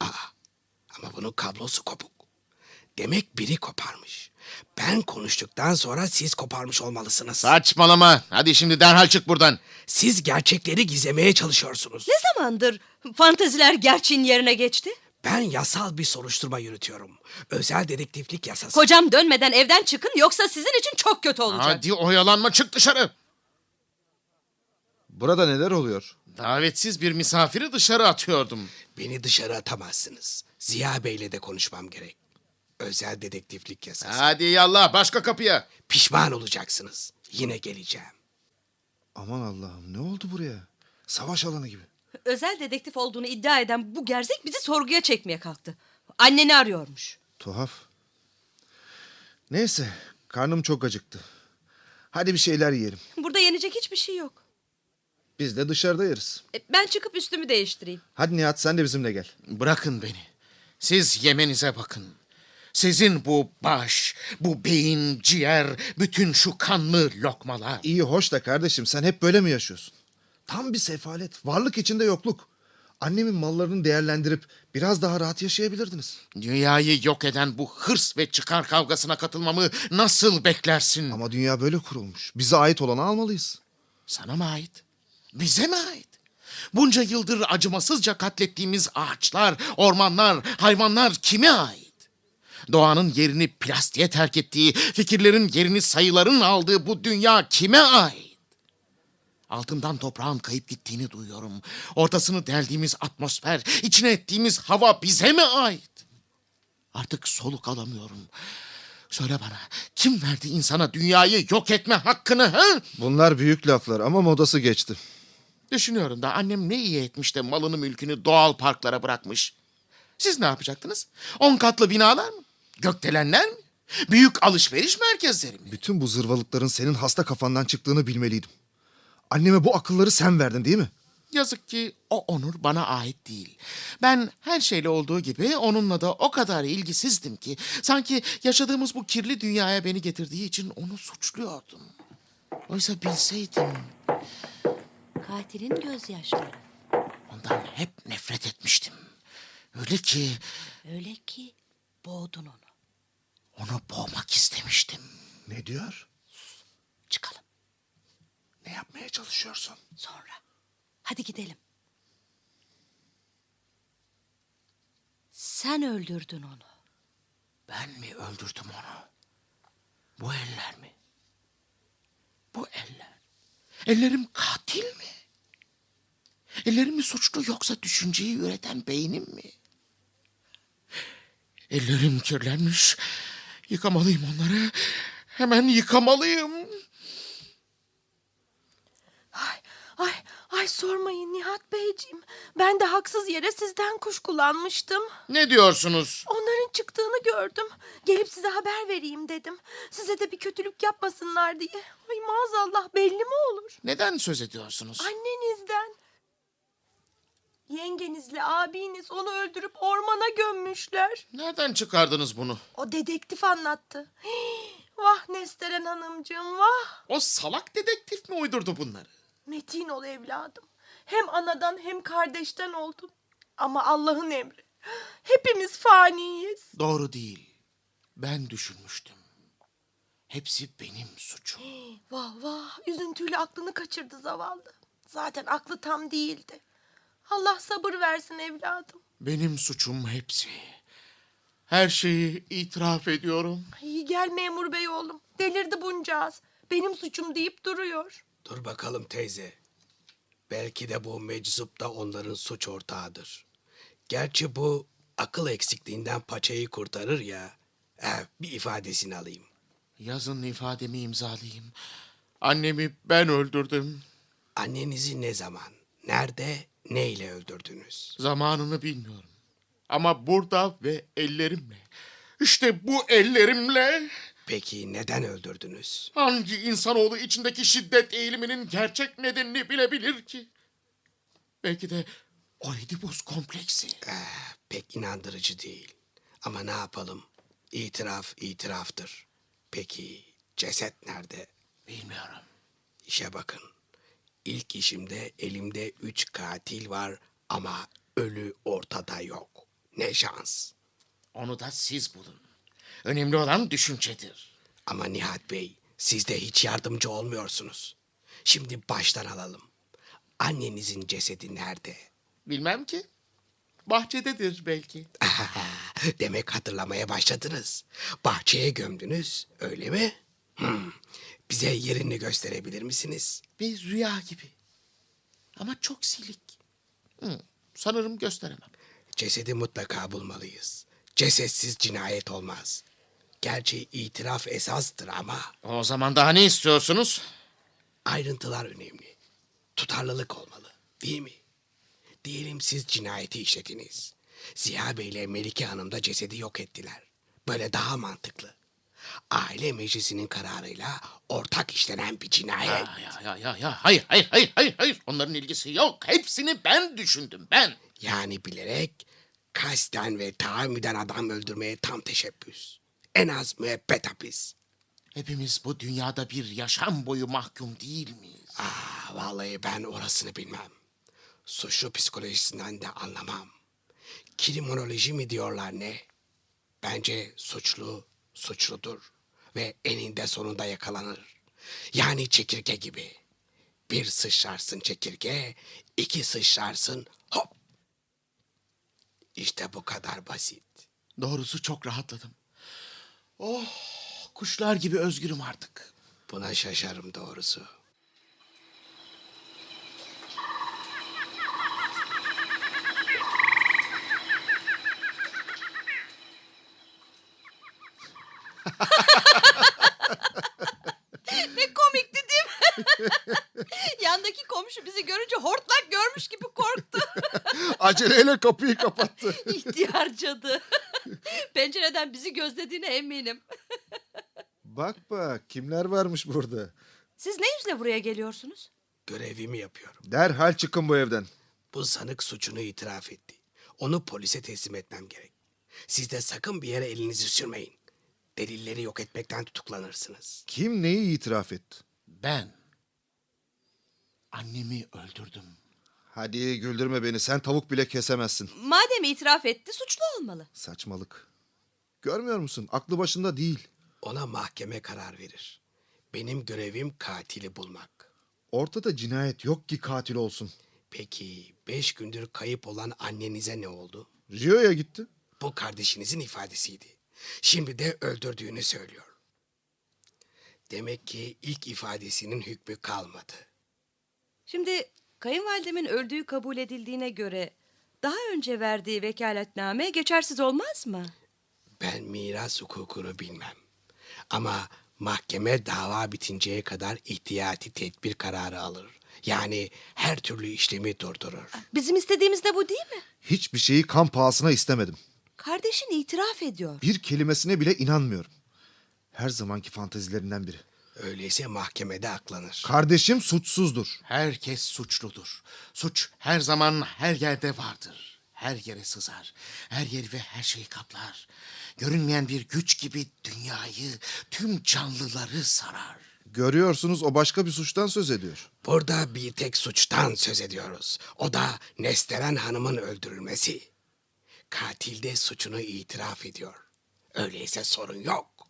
Aa, ama bunun kablosu kopuk. Demek biri koparmış. Ben konuştuktan sonra siz koparmış olmalısınız. Saçmalama. Hadi şimdi derhal çık buradan. Siz gerçekleri gizlemeye çalışıyorsunuz. Ne zamandır fanteziler gerçeğin yerine geçti? Ben yasal bir soruşturma yürütüyorum. Özel dedektiflik yasası. Kocam dönmeden evden çıkın yoksa sizin için çok kötü olacak. Hadi oyalanma çık dışarı. Burada neler oluyor? Davetsiz bir misafiri dışarı atıyordum. Beni dışarı atamazsınız. Ziya Bey'le de konuşmam gerek. Özel dedektiflik yasası. Hadi yallah başka kapıya. Pişman olacaksınız. Yine geleceğim. Aman Allah'ım ne oldu buraya? Savaş alanı gibi. Özel dedektif olduğunu iddia eden bu gerzek bizi sorguya çekmeye kalktı. Anneni arıyormuş. Tuhaf. Neyse karnım çok acıktı. Hadi bir şeyler yiyelim. Burada yenecek hiçbir şey yok. Biz de dışarıda yeriz. E, Ben çıkıp üstümü değiştireyim. Hadi Nihat sen de bizimle gel. Bırakın beni. Siz yemenize bakın. Sizin bu baş, bu beyin, ciğer, bütün şu kanlı lokmalar. İyi hoş da kardeşim sen hep böyle mi yaşıyorsun? Tam bir sefalet. Varlık içinde yokluk. Annemin mallarını değerlendirip biraz daha rahat yaşayabilirdiniz. Dünyayı yok eden bu hırs ve çıkar kavgasına katılmamı nasıl beklersin? Ama dünya böyle kurulmuş. Bize ait olanı almalıyız. Sana mı ait? Bize mi ait? Bunca yıldır acımasızca katlettiğimiz ağaçlar, ormanlar, hayvanlar kime ait? Doğanın yerini plastiğe terk ettiği, fikirlerin yerini sayıların aldığı bu dünya kime ait? Altından toprağın kayıp gittiğini duyuyorum. Ortasını deldiğimiz atmosfer, içine ettiğimiz hava bize mi ait? Artık soluk alamıyorum. Söyle bana, kim verdi insana dünyayı yok etme hakkını? Ha? Bunlar büyük laflar ama modası geçti. Düşünüyorum da annem ne iyi etmiş de malını mülkünü doğal parklara bırakmış. Siz ne yapacaktınız? On katlı binalar mı? Gökdelenler mi? Büyük alışveriş merkezleri mi? Bütün bu zırvalıkların senin hasta kafandan çıktığını bilmeliydim. Anneme bu akılları sen verdin değil mi? Yazık ki o onur bana ait değil. Ben her şeyle olduğu gibi onunla da o kadar ilgisizdim ki sanki yaşadığımız bu kirli dünyaya beni getirdiği için onu suçluyordum. Oysa bilseydim Katilin gözyaşları. ondan hep nefret etmiştim. Öyle ki Öyle ki boğdun onu. onu boğmak istemiştim. Ne diyor? Çıkalım Ne yapmaya çalışıyorsun? sonra. Hadi gidelim. Sen öldürdün onu. Ben mi öldürdüm onu? Bu eller mi? Bu eller. Ellerim katil mi? Ellerim mi suçlu yoksa düşünceyi üreten beynim mi? Ellerim kirlenmiş. Yıkamalıyım onları. Hemen yıkamalıyım. Ay, ay sormayın Nihat Beyciğim. Ben de haksız yere sizden kuş kullanmıştım. Ne diyorsunuz? Onların çıktığını gördüm. Gelip size haber vereyim dedim. Size de bir kötülük yapmasınlar diye. Ay maazallah belli mi olur? Neden söz ediyorsunuz? Annenizden. Yengenizle abiniz onu öldürüp ormana gömmüşler. Nereden çıkardınız bunu? O dedektif anlattı. <gasps> Hii, vah Nesteren Hanımcığım vah. O salak dedektif mi uydurdu bunları? Metin ol evladım. Hem anadan hem kardeşten oldun. Ama Allah'ın emri. Hepimiz faniyiz. Doğru değil. Ben düşünmüştüm. Hepsi benim suçum. <gasps> Vah vah üzüntüyle aklını kaçırdı zavallı. Zaten aklı tam değildi. Allah sabır versin evladım. Benim suçum hepsi. Her şeyi itiraf ediyorum. İyi gel memur bey oğlum. Delirdi buncağız. Benim suçum deyip duruyor. Dur bakalım teyze. Belki de bu meczup da onların suç ortağıdır. Gerçi bu akıl eksikliğinden paçayı kurtarır ya. Eh, bir ifadesini alayım. Yazın ifademi imzalayayım. Annemi ben öldürdüm. Annenizi ne zaman, nerede, neyle öldürdünüz? Zamanını bilmiyorum. Ama burada ve ellerimle. İşte bu ellerimle Peki neden öldürdünüz? hangi insanoğlu içindeki şiddet eğiliminin gerçek nedenini bilebilir ki? Belki de Oedipus kompleksi. Eh, pek inandırıcı değil. Ama ne yapalım? İtiraf itiraftır. Peki ceset nerede? Bilmiyorum. İşe bakın. İlk işimde elimde üç katil var ama ölü ortada yok. Ne şans. Onu da siz bulun. Önemli olan düşüncedir. Ama Nihat Bey siz de hiç yardımcı olmuyorsunuz. Şimdi baştan alalım. Annenizin cesedi nerede? Bilmem ki. Bahçededir belki. <laughs> Demek hatırlamaya başladınız. Bahçeye gömdünüz öyle mi? Hmm. Bize yerini gösterebilir misiniz? Bir rüya gibi. Ama çok silik. Hı, sanırım gösteremem. Cesedi mutlaka bulmalıyız. Cesetsiz cinayet olmaz. Gerçi itiraf esastır ama O zaman daha ne istiyorsunuz? ayrıntılar önemli. Tutarlılık olmalı değil mi? Diyelim siz cinayeti işlediniz. Ziya Bey ile Melike Hanım da cesedi yok ettiler. Böyle daha mantıklı. Aile meclisinin kararıyla ortak işlenen bir cinayet. Ya, ya, ya, ya, ya. Hayır, hayır, hayır, hayır, hayır. Onların ilgisi yok. Hepsini ben düşündüm, ben. Yani bilerek kasten ve tahammüden adam öldürmeye tam teşebbüs. En az müebbet hapis. Hepimiz bu dünyada bir yaşam boyu mahkum değil miyiz? Ah, vallahi ben orasını bilmem. Suçlu psikolojisinden de anlamam. Kriminoloji mi diyorlar ne? Bence suçlu suçludur ve eninde sonunda yakalanır. Yani çekirge gibi. Bir sıçrarsın çekirge, iki sıçrarsın hop. İşte bu kadar basit. Doğrusu çok rahatladım. Oh, kuşlar gibi özgürüm artık. Buna şaşarım doğrusu. Ne komikti değil mi? <laughs> Yandaki komşu bizi görünce hortlak görmüş gibi korktu. Aceleyle kapıyı kapattı. İhtiyar cadı. <laughs> Pencereden bizi gözlediğine eminim. Bak bak kimler varmış burada. Siz ne yüzle buraya geliyorsunuz? Görevimi yapıyorum. Derhal çıkın bu evden. Bu sanık suçunu itiraf etti. Onu polise teslim etmem gerek. Siz de sakın bir yere elinizi sürmeyin. Delilleri yok etmekten tutuklanırsınız. Kim neyi itiraf etti? Ben annemi öldürdüm. Hadi güldürme beni sen tavuk bile kesemezsin. Madem itiraf etti suçlu olmalı. Saçmalık. Görmüyor musun? Aklı başında değil. Ona mahkeme karar verir. Benim görevim katili bulmak. Ortada cinayet yok ki katil olsun. Peki beş gündür kayıp olan annenize ne oldu? Rio'ya gitti. Bu kardeşinizin ifadesiydi. Şimdi de öldürdüğünü söylüyor. Demek ki ilk ifadesinin hükmü kalmadı. Şimdi kayınvalidemin öldüğü kabul edildiğine göre daha önce verdiği vekaletname geçersiz olmaz mı? Ben miras hukukunu bilmem. Ama mahkeme dava bitinceye kadar ihtiyati tedbir kararı alır. Yani her türlü işlemi durdurur. Bizim istediğimiz de bu değil mi? Hiçbir şeyi kan pahasına istemedim. Kardeşin itiraf ediyor. Bir kelimesine bile inanmıyorum. Her zamanki fantezilerinden biri. Öyleyse mahkemede aklanır. Kardeşim suçsuzdur. Herkes suçludur. Suç her zaman her yerde vardır. Her yere sızar. Her yeri ve her şeyi kaplar. Görünmeyen bir güç gibi dünyayı, tüm canlıları sarar. Görüyorsunuz o başka bir suçtan söz ediyor. Burada bir tek suçtan söz ediyoruz. O da Nesteren Hanım'ın öldürülmesi. Katil de suçunu itiraf ediyor. Öyleyse sorun yok.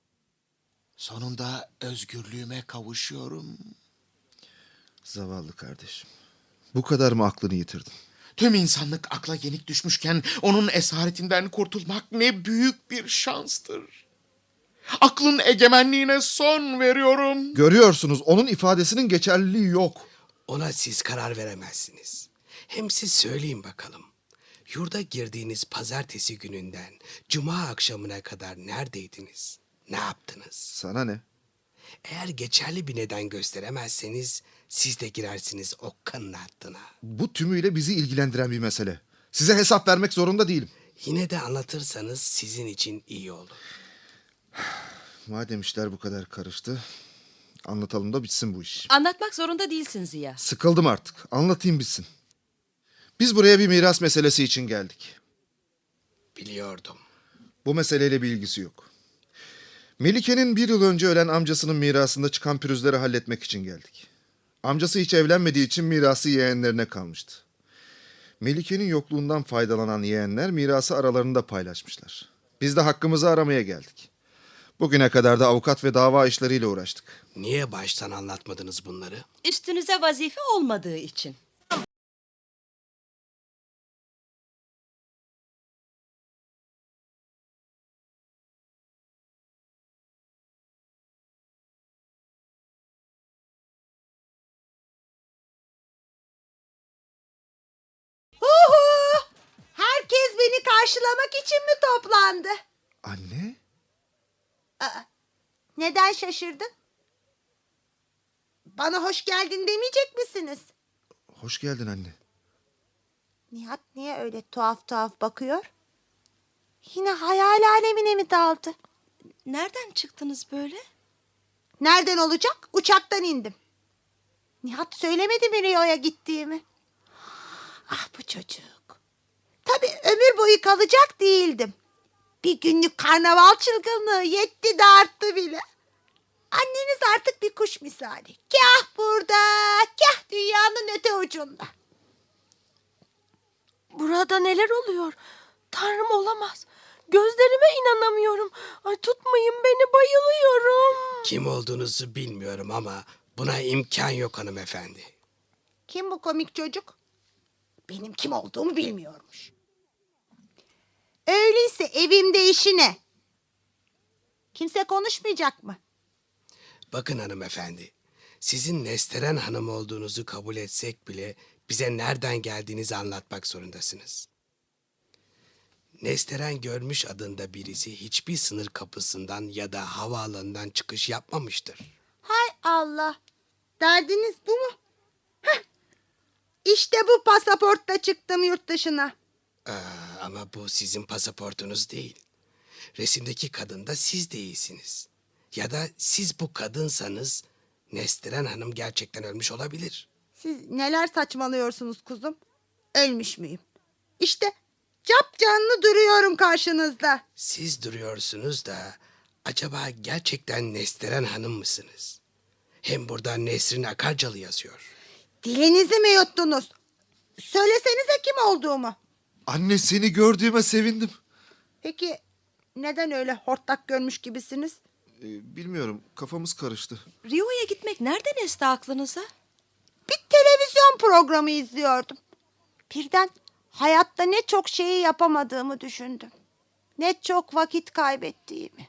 Sonunda özgürlüğüme kavuşuyorum. Zavallı kardeşim. Bu kadar mı aklını yitirdin? Tüm insanlık akla yenik düşmüşken onun esaretinden kurtulmak ne büyük bir şanstır. Aklın egemenliğine son veriyorum. Görüyorsunuz onun ifadesinin geçerliliği yok. Ona siz karar veremezsiniz. Hem siz söyleyin bakalım. Yurda girdiğiniz pazartesi gününden cuma akşamına kadar neredeydiniz? Ne yaptınız? Sana ne? Eğer geçerli bir neden gösteremezseniz siz de girersiniz o kanın hattına. Bu tümüyle bizi ilgilendiren bir mesele. Size hesap vermek zorunda değilim. Yine de anlatırsanız sizin için iyi olur. Madem işler bu kadar karıştı, anlatalım da bitsin bu iş. Anlatmak zorunda değilsin Ziya. Sıkıldım artık. Anlatayım bitsin. Biz buraya bir miras meselesi için geldik. Biliyordum. Bu meseleyle bir ilgisi yok. Melike'nin bir yıl önce ölen amcasının mirasında çıkan pürüzleri halletmek için geldik. Amcası hiç evlenmediği için mirası yeğenlerine kalmıştı. Melike'nin yokluğundan faydalanan yeğenler mirası aralarında paylaşmışlar. Biz de hakkımızı aramaya geldik. Bugüne kadar da avukat ve dava işleriyle uğraştık. Niye baştan anlatmadınız bunları? Üstünüze vazife olmadığı için. Herkes beni karşılamak için mi toplandı? Anne? Neden şaşırdın? Bana hoş geldin demeyecek misiniz? Hoş geldin anne. Nihat niye öyle tuhaf tuhaf bakıyor? Yine hayal alemine mi daldı? Nereden çıktınız böyle? Nereden olacak? Uçaktan indim. Nihat söylemedi mi Rio'ya gittiğimi? Ah bu çocuk. Tabii ömür boyu kalacak değildim. Bir günlük karnaval çılgınlığı yetti de arttı bile. Anneniz artık bir kuş misali. Kah burada, kah dünyanın öte ucunda. Burada neler oluyor? Tanrım olamaz. Gözlerime inanamıyorum. Ay tutmayın beni bayılıyorum. Kim olduğunuzu bilmiyorum ama buna imkan yok hanımefendi. Kim bu komik çocuk? Benim kim olduğumu bilmiyormuş. Öyleyse evimde işine. Kimse konuşmayacak mı? Bakın hanımefendi, sizin Nesteren Hanım olduğunuzu kabul etsek bile bize nereden geldiğinizi anlatmak zorundasınız. Nesteren görmüş adında birisi hiçbir sınır kapısından ya da havaalanından çıkış yapmamıştır. Hay Allah. Derdiniz bu mu? Heh. İşte bu pasaportla çıktım yurt dışına. Aa, Ee, ama bu sizin pasaportunuz değil. Resimdeki kadın da siz değilsiniz. Ya da siz bu kadınsanız Nesteren Hanım gerçekten ölmüş olabilir. Siz neler saçmalıyorsunuz kuzum? Ölmüş müyüm? İşte cap canlı duruyorum karşınızda. Siz duruyorsunuz da acaba gerçekten Nesteren Hanım mısınız? Hem burada Nesrin Akarcalı yazıyor. Dilinizi mi yuttunuz? Söylesenize kim olduğumu. Anne seni gördüğüme sevindim. Peki neden öyle hortlak görmüş gibisiniz? Ee, bilmiyorum kafamız karıştı. Rio'ya gitmek nereden esti aklınıza? Bir televizyon programı izliyordum. Birden hayatta ne çok şeyi yapamadığımı düşündüm. Ne çok vakit kaybettiğimi.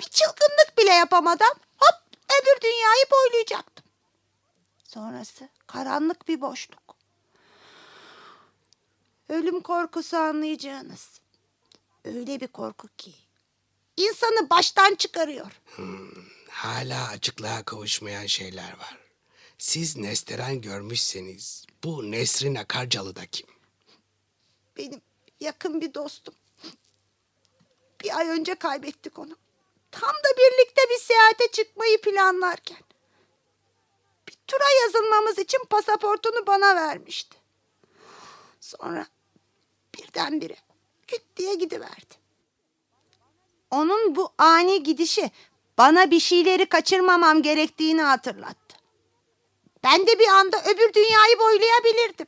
Bir çılgınlık bile yapamadan hop öbür dünyayı boylayacaktım. Sonrası karanlık bir boşluk. Ölüm korkusu anlayacağınız. Öyle bir korku ki insanı baştan çıkarıyor. Hala açıklığa kavuşmayan şeyler var. Siz Nesteren görmüşseniz bu Nesrin Akarcalı da kim? benim yakın bir dostum. Bir ay önce kaybettik onu. Tam da birlikte bir seyahate çıkmayı planlarken. Bir tura yazılmamız için pasaportunu bana vermişti. Sonra birdenbire küt diye gidiverdi. Onun bu ani gidişi bana bir şeyleri kaçırmamam gerektiğini hatırlattı. Ben de bir anda öbür dünyayı boylayabilirdim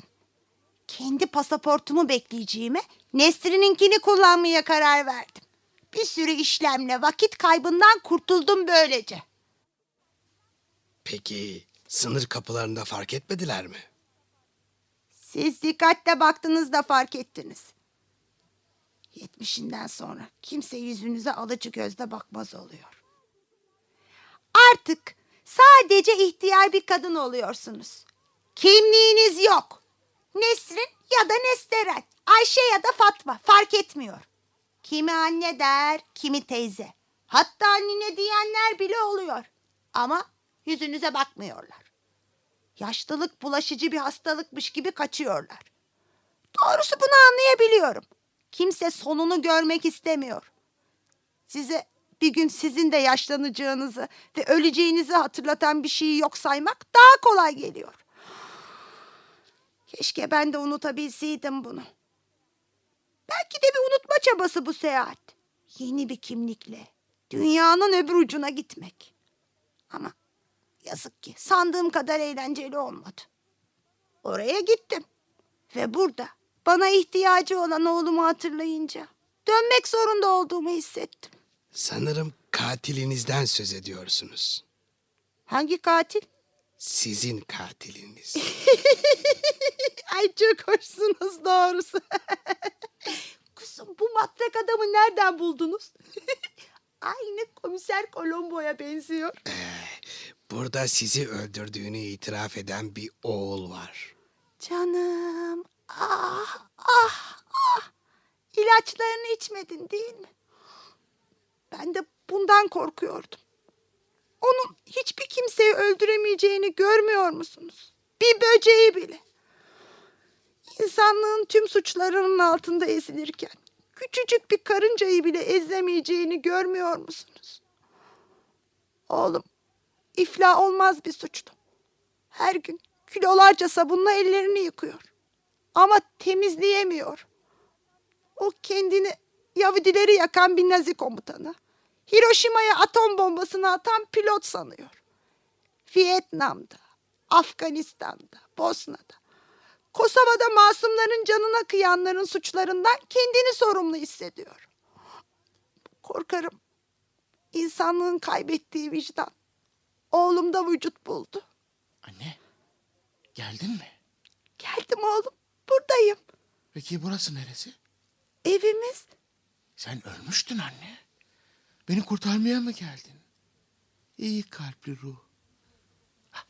kendi pasaportumu bekleyeceğime Nesrin'inkini kullanmaya karar verdim. Bir sürü işlemle vakit kaybından kurtuldum böylece. Peki sınır kapılarında fark etmediler mi? Siz dikkatle baktınız da fark ettiniz. Yetmişinden sonra kimse yüzünüze alıcı gözle bakmaz oluyor. Artık sadece ihtiyar bir kadın oluyorsunuz. Kimliğiniz yok. Nesrin ya da Nesteren, Ayşe ya da Fatma fark etmiyor. Kimi anne der, kimi teyze. Hatta annene diyenler bile oluyor. Ama yüzünüze bakmıyorlar. Yaşlılık bulaşıcı bir hastalıkmış gibi kaçıyorlar. Doğrusu bunu anlayabiliyorum. Kimse sonunu görmek istemiyor. Size bir gün sizin de yaşlanacağınızı ve öleceğinizi hatırlatan bir şeyi yok saymak daha kolay geliyor. Keşke ben de unutabilseydim bunu. Belki de bir unutma çabası bu seyahat. Yeni bir kimlikle dünyanın öbür ucuna gitmek. Ama Yazık ki sandığım kadar eğlenceli olmadı. Oraya gittim. Ve burada bana ihtiyacı olan oğlumu hatırlayınca dönmek zorunda olduğumu hissettim. Sanırım katilinizden söz ediyorsunuz. Hangi katil? Sizin katiliniz. <laughs> Ay çok hoşsunuz doğrusu. <laughs> Kuzum bu matrak adamı nereden buldunuz? <laughs> Aynı komiser Kolombo'ya benziyor. Burada sizi öldürdüğünü itiraf eden bir oğul var. Canım ah ah ah ilaçlarını içmedin değil mi? Ben de bundan korkuyordum. Onun hiçbir kimseyi öldüremeyeceğini görmüyor musunuz? Bir böceği bile. İnsanlığın tüm suçlarının altında ezilirken küçücük bir karıncayı bile ezemeyeceğini görmüyor musunuz? Oğlum iflah olmaz bir suçlu. Her gün kilolarca sabunla ellerini yıkıyor. Ama temizleyemiyor. O kendini Yahudileri yakan bir Nazi komutanı. Hiroşima'ya atom bombasını atan pilot sanıyor. Vietnam'da, Afganistan'da, Bosna'da, Kosova'da masumların canına kıyanların suçlarından kendini sorumlu hissediyor. Korkarım insanlığın kaybettiği vicdan oğlumda vücut buldu. Anne, geldin mi? Geldim oğlum. Buradayım. Peki burası neresi? Evimiz. Sen ölmüştün anne. Beni kurtarmaya mı geldin? İyi kalpli ruh. Hah,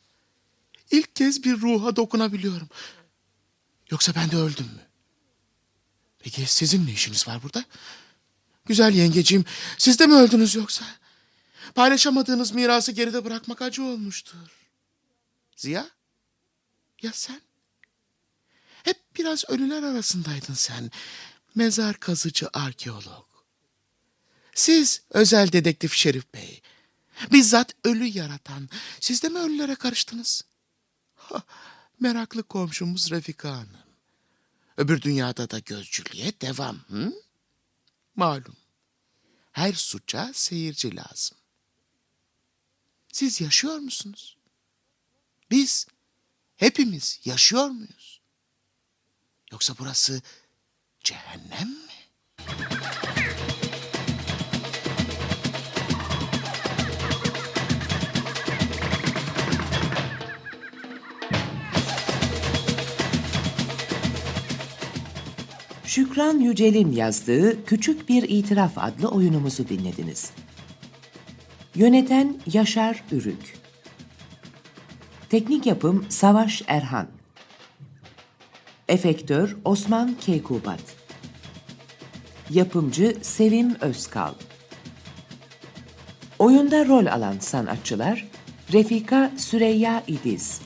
İlk kez bir ruha dokunabiliyorum. Yoksa ben de öldüm mü? Peki sizin ne işiniz var burada? Güzel yengeciğim, siz de mi öldünüz yoksa? Paylaşamadığınız mirası geride bırakmak acı olmuştur. Ziya? Ya sen? Hep biraz ölüler arasındaydın sen. Mezar kazıcı arkeolog. Siz özel dedektif Şerif Bey. Bizzat ölü yaratan. Siz de mi ölülere karıştınız? Ha, meraklı komşumuz Refika Hanım. Öbür dünyada da gözcülüğe devam. Hı? Malum. Her suça seyirci lazım. Siz yaşıyor musunuz? Biz hepimiz yaşıyor muyuz? Yoksa burası cehennem mi? Şükran Yücel'in yazdığı Küçük Bir İtiraf adlı oyunumuzu dinlediniz. Yöneten Yaşar Ürük Teknik yapım Savaş Erhan Efektör Osman Keykubat Yapımcı Sevim Özkal Oyunda rol alan sanatçılar Refika Süreyya İdiz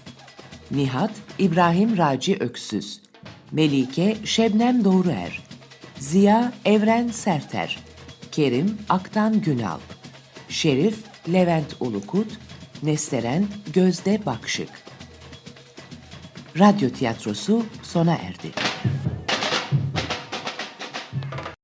Nihat İbrahim Raci Öksüz Melike Şebnem Doğruer Ziya Evren Serter Kerim Aktan Günalp Şerif Levent Ulukut Nesteren Gözde Bakşık Radyo tiyatrosu sona erdi.